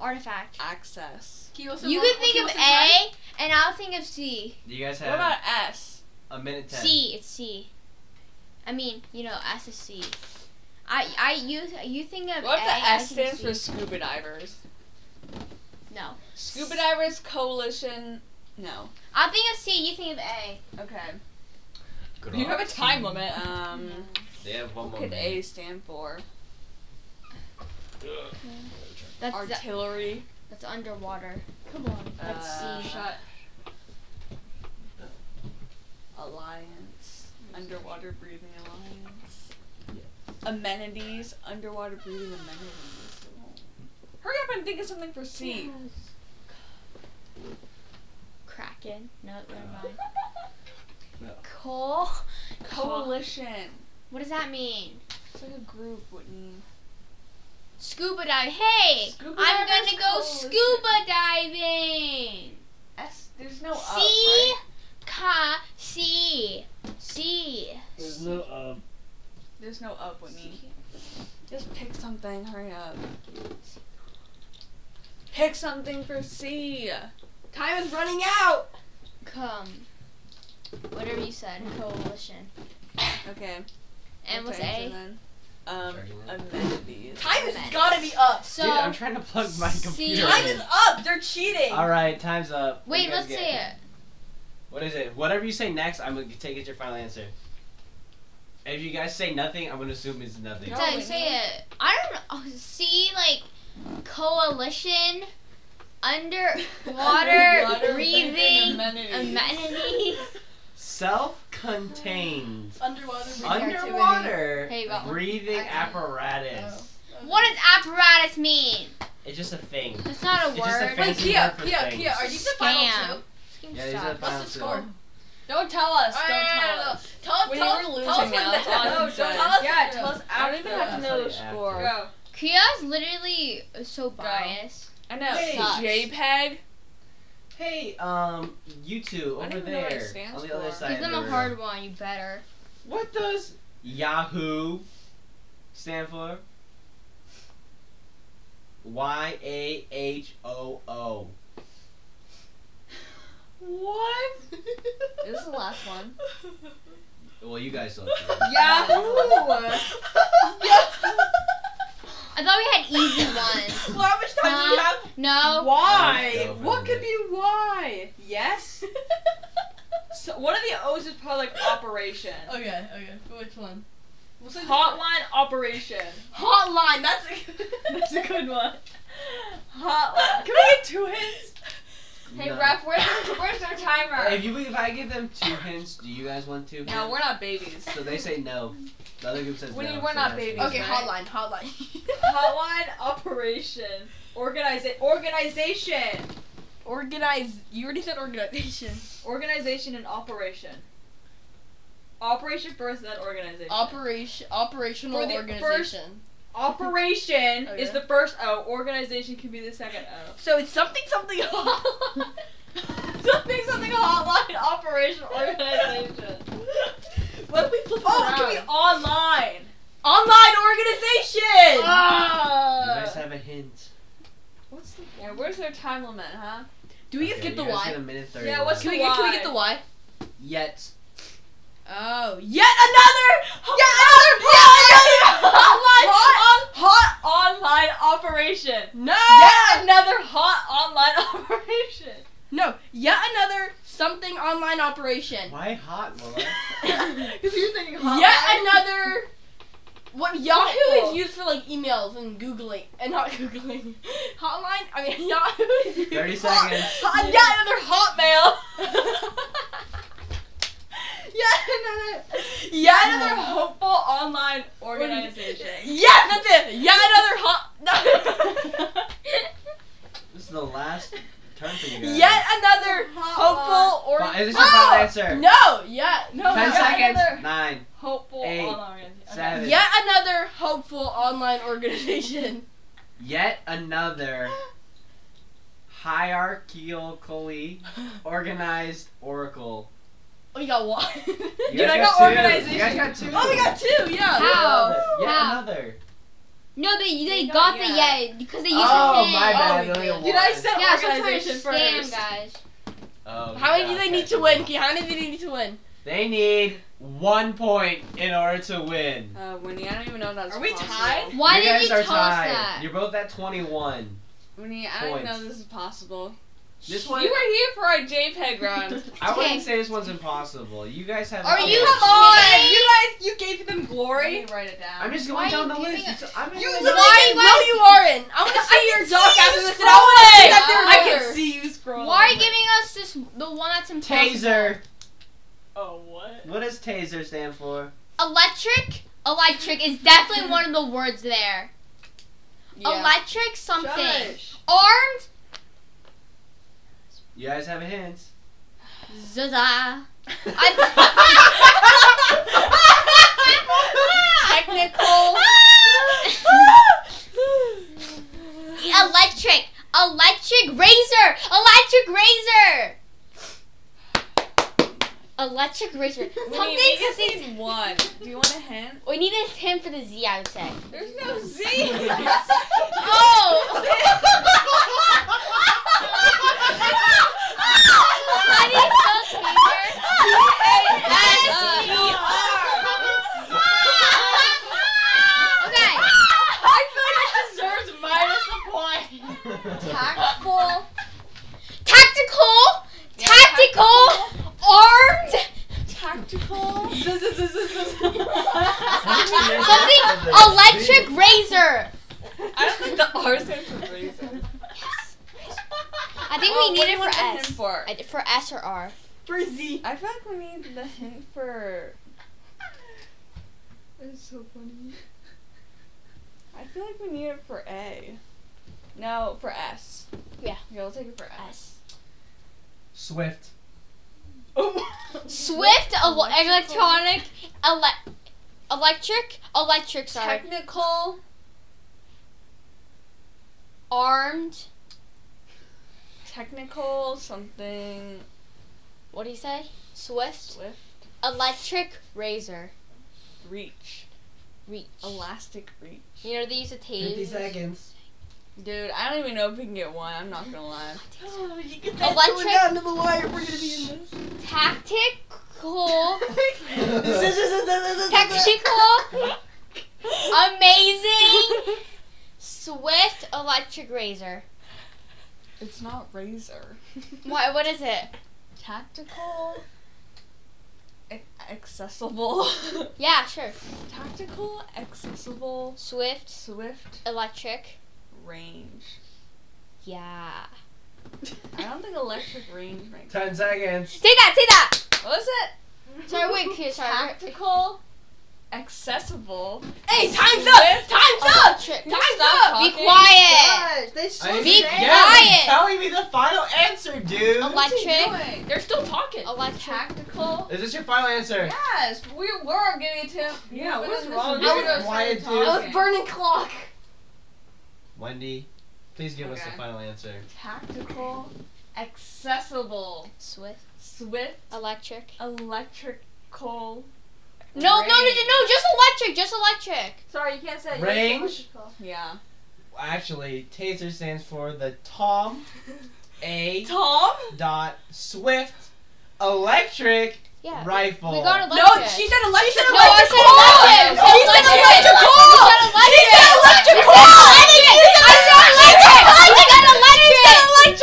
artifact. Access. You can think of A, and I'll think of C. Do you guys What about have S? a minute ten? C, it's C. I mean, you know, S is C. I, I, you, you think of What A. if the I S think of stands C. for scuba divers? No. Scuba divers coalition. No. I think of C. You think of A. Okay. Good You luck. have a time limit. Um. They have one What more could minute. A stand for? That's that- Artillery. that's underwater. Come on. That's Uh, C. shut. Alliance. Underwater breathing alliance. Amenities. Underwater breathing amenities. Hurry up and think of something for C. Kraken. No, never mind. Uh. No. Coal. Coalition. What does that mean? It's like a group, Whitney. Scuba dive. Hey, Scuba I'm divers gonna go coalition. scuba diving. S. There's no Oh, up, C. right? Ka. C. C. There's no uh, There's no up, Whitney. Just pick something. Hurry up. Pick something for C. Time is running out. Come. Whatever you said. Coalition. Okay. And what what's to answer A? then? Um, Sorry, yeah. amenities. Time has gotta be up. So Dude, I'm trying to plug my C. computer. Time is up. They're cheating. All right, time's up. What do wait, you guys let's get? see it. What is it? Whatever you say next, I'm gonna take as your final answer. If you guys say nothing, I'm gonna assume it's nothing. No. Say, we say need- it. I don't know. Oh, See, like coalition, underwater Underwater breathing amenities. amenities. Self-contained Underwater. underwater Hey, well, breathing I- apparatus. What does apparatus mean? It's just a thing. That's not a It's just a word. fancy Wait, Kia, word for Kia, things. Kia, are you the final Scam. two? Yeah, these are the final What's the score? two. Don't tell us. Don't Alright, tell no, no, no. us. Tell, We tell, were tell losing us now, what that's all I'm No, don't saying. tell us. Oh, Yeah, what tell us. I don't even have to know the score. Go. Kia's literally so biased. I know. Hey, Sucks. JPEG. Hey, um, you two I over don't even know what it there stands on the other for. side. Give of them the a room. hard one. You better. What does Yahoo stand for? Y A H O O. What? This is the last one. Well, you guys don't. Yahoo! I thought we had easy ones. Well, how much time Uh, do you have? No. Let's Why? go for What could it. be why? Yes? so one of the O's is probably like operation. Oh, Okay, okay. Which one? We'll say the- Hotline operation. Hotline. That's a, That's a good one. Hotline. Can I get two hints? Hey, No. ref, where's our, where's our timer? If you if I give them two hints, do you guys want two? No, hints? we're not babies. So they say no. The other group says We- no. we're so not that's babies. Okay, easy. hotline, hotline. Hotline operation. Organiza- organization. Organize. You already said organization. Organization and operation. Operation first, then organization. Operation. Operational For the organization. operation Oh, is yeah? the first O. Organization can be the second O. So it's something, something. hotline. something, something hotline operation organization. What if we flip Oh, it it can around? be online. Online organization. You guys Ah. have a hint. What's the Yeah, where's their time limit, huh? Do we get Okay, get the you guys Y? Get a minute thirty. Yeah, what's Can left. we get, can we get the Y? yet? Oh, yet another. Yet another. hotline Hot- on- hot online operation? No. Yet another hot online operation. No. Yet another something online operation. Why hot, Laura? Because you're thinking hotline. Yet another. What Yahoo is Hotline. used for like emails and googling and not googling. Hotline. I mean Yahoo. Is used Thirty Hot- seconds. hot- yet another Hotmail. yet another. Yet Another another. hopeful online organization. Yes, that's it. Yet another hot. This is the last turn for you guys. Yet another hopeful or. Ah! Fi- is this your final answer? No. Yeah. No. Ten yet seconds. another- Nine, Hopeful Eight. online organization. Okay. seven. Yet another hopeful online organization. Yet another hierarchically organized oracle. We Oh, got one. You Dude, guys I got two. organization. You guys got two. Oh, we got two. Yeah. How? Another. Yet How? another. No, they they got got, the yet because they used Oh the my thing. bad. Oh, only yeah. one. Did I said Yeah, so I'm trying to organization scam, first? guys. Oh, How many do God, they need that's to a win, lot. Key? How many do they need to win? They need one point in order to win. Uh, Winnie, I don't even know if that's Are we possible. tied? Why you did guys you are tell tied. us that? You're both at 21. Winnie, I don't even know Points. this is possible. This one, You were here for our JPEG round. I Okay. wouldn't say this one's impossible. You guys have. Are you others. Come on, Yay. Oh, you guys, you gave them Let glory. me write it down. I'm just Why going down are the you list. giving It's- I'm You in the literally Why- why- no, you aren't. I want to see your doc after this. and I wanna see I that they're can there. see you scrolling. Why are you giving us this the one that's impossible? Taser. Oh what? What does taser stand for? Electric. Electric is definitely one of the words there. Electric something. Shush. Armed. You guys have a hint. Zaza. Technical. Electric. Electric razor. Electric razor. Electric razor. Winnie, we Something. just something- need one. Do you want a hint? We need a hint for the Z, I would say. There's no Z. Oh! Electric razor. I don't think the R stands for razor. I think Oh, we what do need it you for want the hint S. For? I- For S or R. For Z. I feel like we need the hint for. That's so funny. I feel like we need it for A. No, for S. Yeah. Yeah, we'll take it for S. S. Swift. Swift el- electronic ele- electric electric sorry Technical. armed. Technical something. What do you say? Swift Swift. electric razor Reach. reach. Elastic reach. You know they use a tape. 50 seconds. Dude, I don't even know if we can get one. I'm not gonna lie. Electric tactical tactical amazing swift electric razor. It's not razor. What what is it? Tactical. ac- Accessible. Yeah, sure. Tactical, accessible, Swift swift, electric. range. Yeah. I don't think electric range makes 10 seconds. Say that. Say that. What was it? Sorry, wait, okay, sorry. Tactical, accessible. Hey, time's up! Time's up! Trip. Time's Stop. Be quiet. they I- Be yeah, quiet. telling me the final answer, dude. Electric. They're still talking. Oh, Electric. Tactical. Is this your final answer? Yes, we were giving it to. Yeah, what we were is wrong? listening. You were quiet, dude. I was burning clock. Wendy, please give us the Okay. final answer. Tactical, accessible, Swift. swift, Electric. electrical. No, no, no, range. no, just electric, just electric. Sorry, you can't say. it. Range. Yeah. Actually, Taser stands for the Tom A Tom. dot Swift Electric Yeah. Rifle. We got No, electric. she said electric. No, I said electric. He said He said electric. He said electric. I said electric.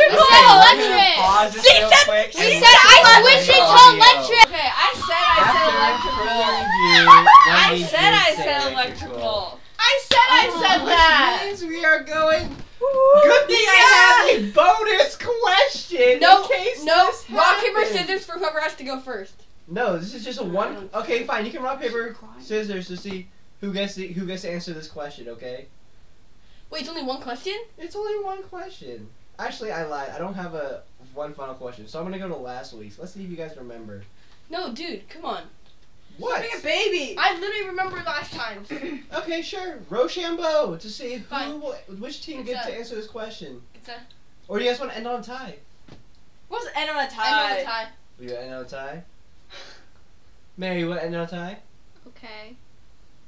Okay, I said electric. We said we're gonna electric. Pause this real quick. We said I switched it to electric. Okay, I said I said electrical. I I said I said electrical. I said I said That that. means we are going. Good thing I have a bonus question. No, in case no. this Rock, paper, happens. scissors for whoever has to go first. No, this is just a one. Okay, fine. You can rock paper scissors to see who gets to, who gets to answer this question. Okay. Wait, it's only one question? It's only one question. Actually, I lied. I don't have a one final question, so I'm gonna go to last week's. Let's see if you guys remember. No, dude, come on. What? baby. I literally remember last time. it's Okay, sure. Rochambeau to see who Fine. will, which team It's gets a- to answer this question. a Or do you guys want to end on a tie? What's end on a I know the tie? tie. We gonna end on a tie. Mary, you want to end on a tie? Okay.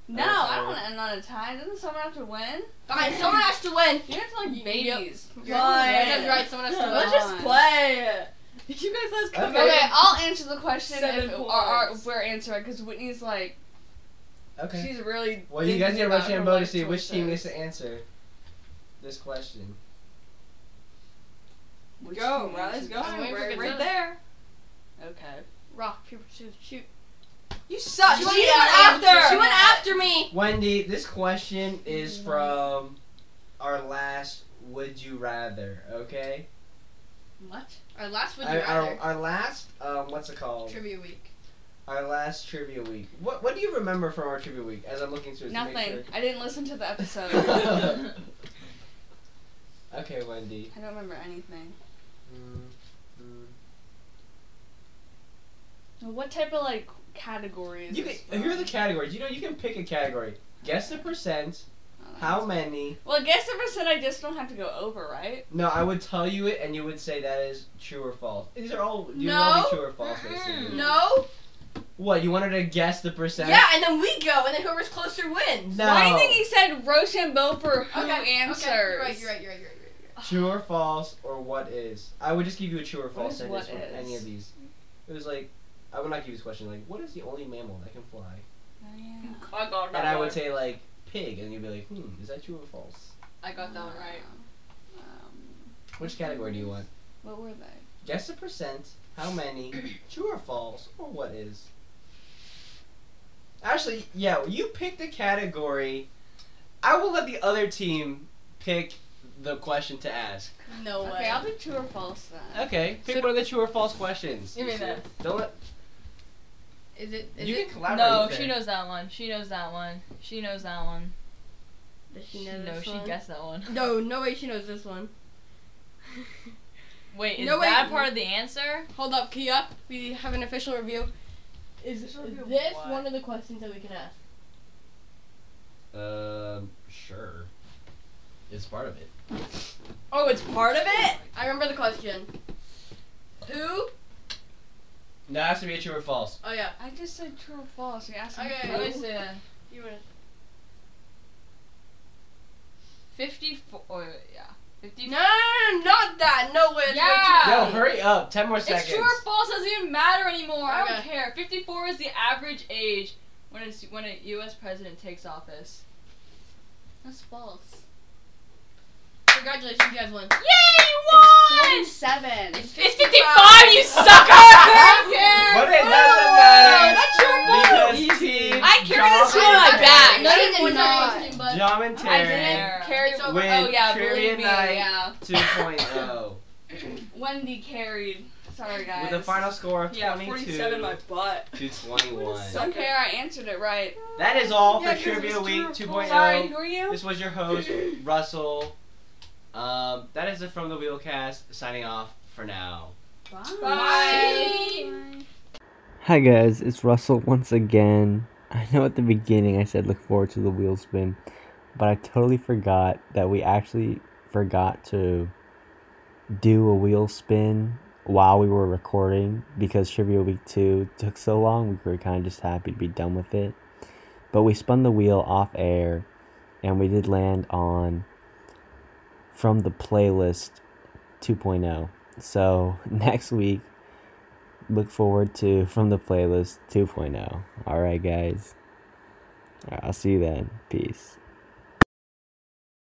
No, I don't want to end on a tie. Doesn't someone have to win? Fine, someone has to win. You guys are like babies. You're right. That's right, someone has to win. Let's Let's just just play. You guys, let's come come Okay. Okay, back. I'll answer the question Seven if, or, or points. if we're answering because Whitney's like Okay. she's really. well, you guys thinking get about her Rochambeau to life see which team gets choices. to answer this question. Which Go, team Riley's is- go. I'm waiting for Right, good right luck. there. Okay. Rock, paper, scissors, shoot. You suck. She She went went after- after. She went after me. Wendy, this question is from our last Would You Rather, okay? What? Our last would you Our, our, rather. our last, um, what's it called? Trivia week. our last trivia week. What what do you remember from our trivia week as I'm looking through this to make Nothing. I didn't listen to the episode. sure? I okay, Wendy. don't remember anything. Mm, mm. What type of like category is You this? can, here are the categories. You know, you can pick a category. Guess the percent, from? how many. Well, guess the percent I just don't have to go over, right? No, I would tell you it, and you would say that is true or false. These are all you would all be No. true or false, basically. No? What you wanted to guess the percent? Yeah, and then we go, and then whoever's closer wins. No. Why do you think he said Rochambeau for who answers? Okay, you're right, you're right, you're right, you're right. You're right. True or false, or what is? I would just give you a true or false is sentence what from is? any of these. It was like, I would not give you this question. Like, what is the only mammal that can fly? Oh, yeah. I got And I would say like pig, and you'd be like, hmm, is that true or false? I got that one right. Um, Which category do you want? what were they? Guess the percent, how many, true or false, or what is? Actually, yeah, you pick the category. I will let the other team pick the question to ask. No way. Okay, I'll do true or false then. Okay, pick one of the true or false questions. Give me that. Don't let. Is it? Is You it? can collaborate No, there. she knows that one. She knows that one. She knows that one. Does she She know no, this she one? guessed that one. No, no way she knows this one. Wait, is No, wait. that part of the answer? Hold up, Kia. We have an official review. Is Official review of this what? one of the questions that we can ask? Um, sure. It's part of it. Oh, it's part of it. I remember the question. Who? No, it has to be a true or false. Oh yeah. I just said true or false. You asked me. Okay. What both. is it? You wanna? Fifty-four. Oh, yeah. No, Fifty. no, no, no, not that. No way. it's way too Yeah. early. Yo, hurry up! Ten more seconds. It's true or false doesn't even matter anymore. I don't Okay. care. Fifty-four is the average age when it's when a U.S. president takes office. That's false. Congratulations, you guys won. Yay! You won! It's forty-seven. It's fifty-five. You sucker! But it doesn't No, matter. that's your fault. Because team I carry this one on my back. No, you did did not. not. But Dom and I Terry didn't carry. It's Oh over. yeah, Carrie believe and me. I- Yeah. 2.0 Wendy carried. Sorry guys. oh. with a final score of Yeah, 22 47 my butt. to 21. I don't care. I answered it right. That is all for Yeah, 'cause Trivia it's Week oh. true or 2.0. Sorry, who are you? This was your host Russell. Um, that is it from the Wheelcast. Signing off for now. Bye. Hi guys, it's Russell once again. I know at the beginning I said look forward to the wheel spin, but I totally forgot that we actually forgot to do a wheel spin while we were recording because Trivia Week 2 took so long, we were kind of just happy to be done with it. But we spun the wheel off air and we did land on from the playlist 2.0. So next week look forward to from the oh. playlist 2.0. All right, guys. I'll see you then. Peace.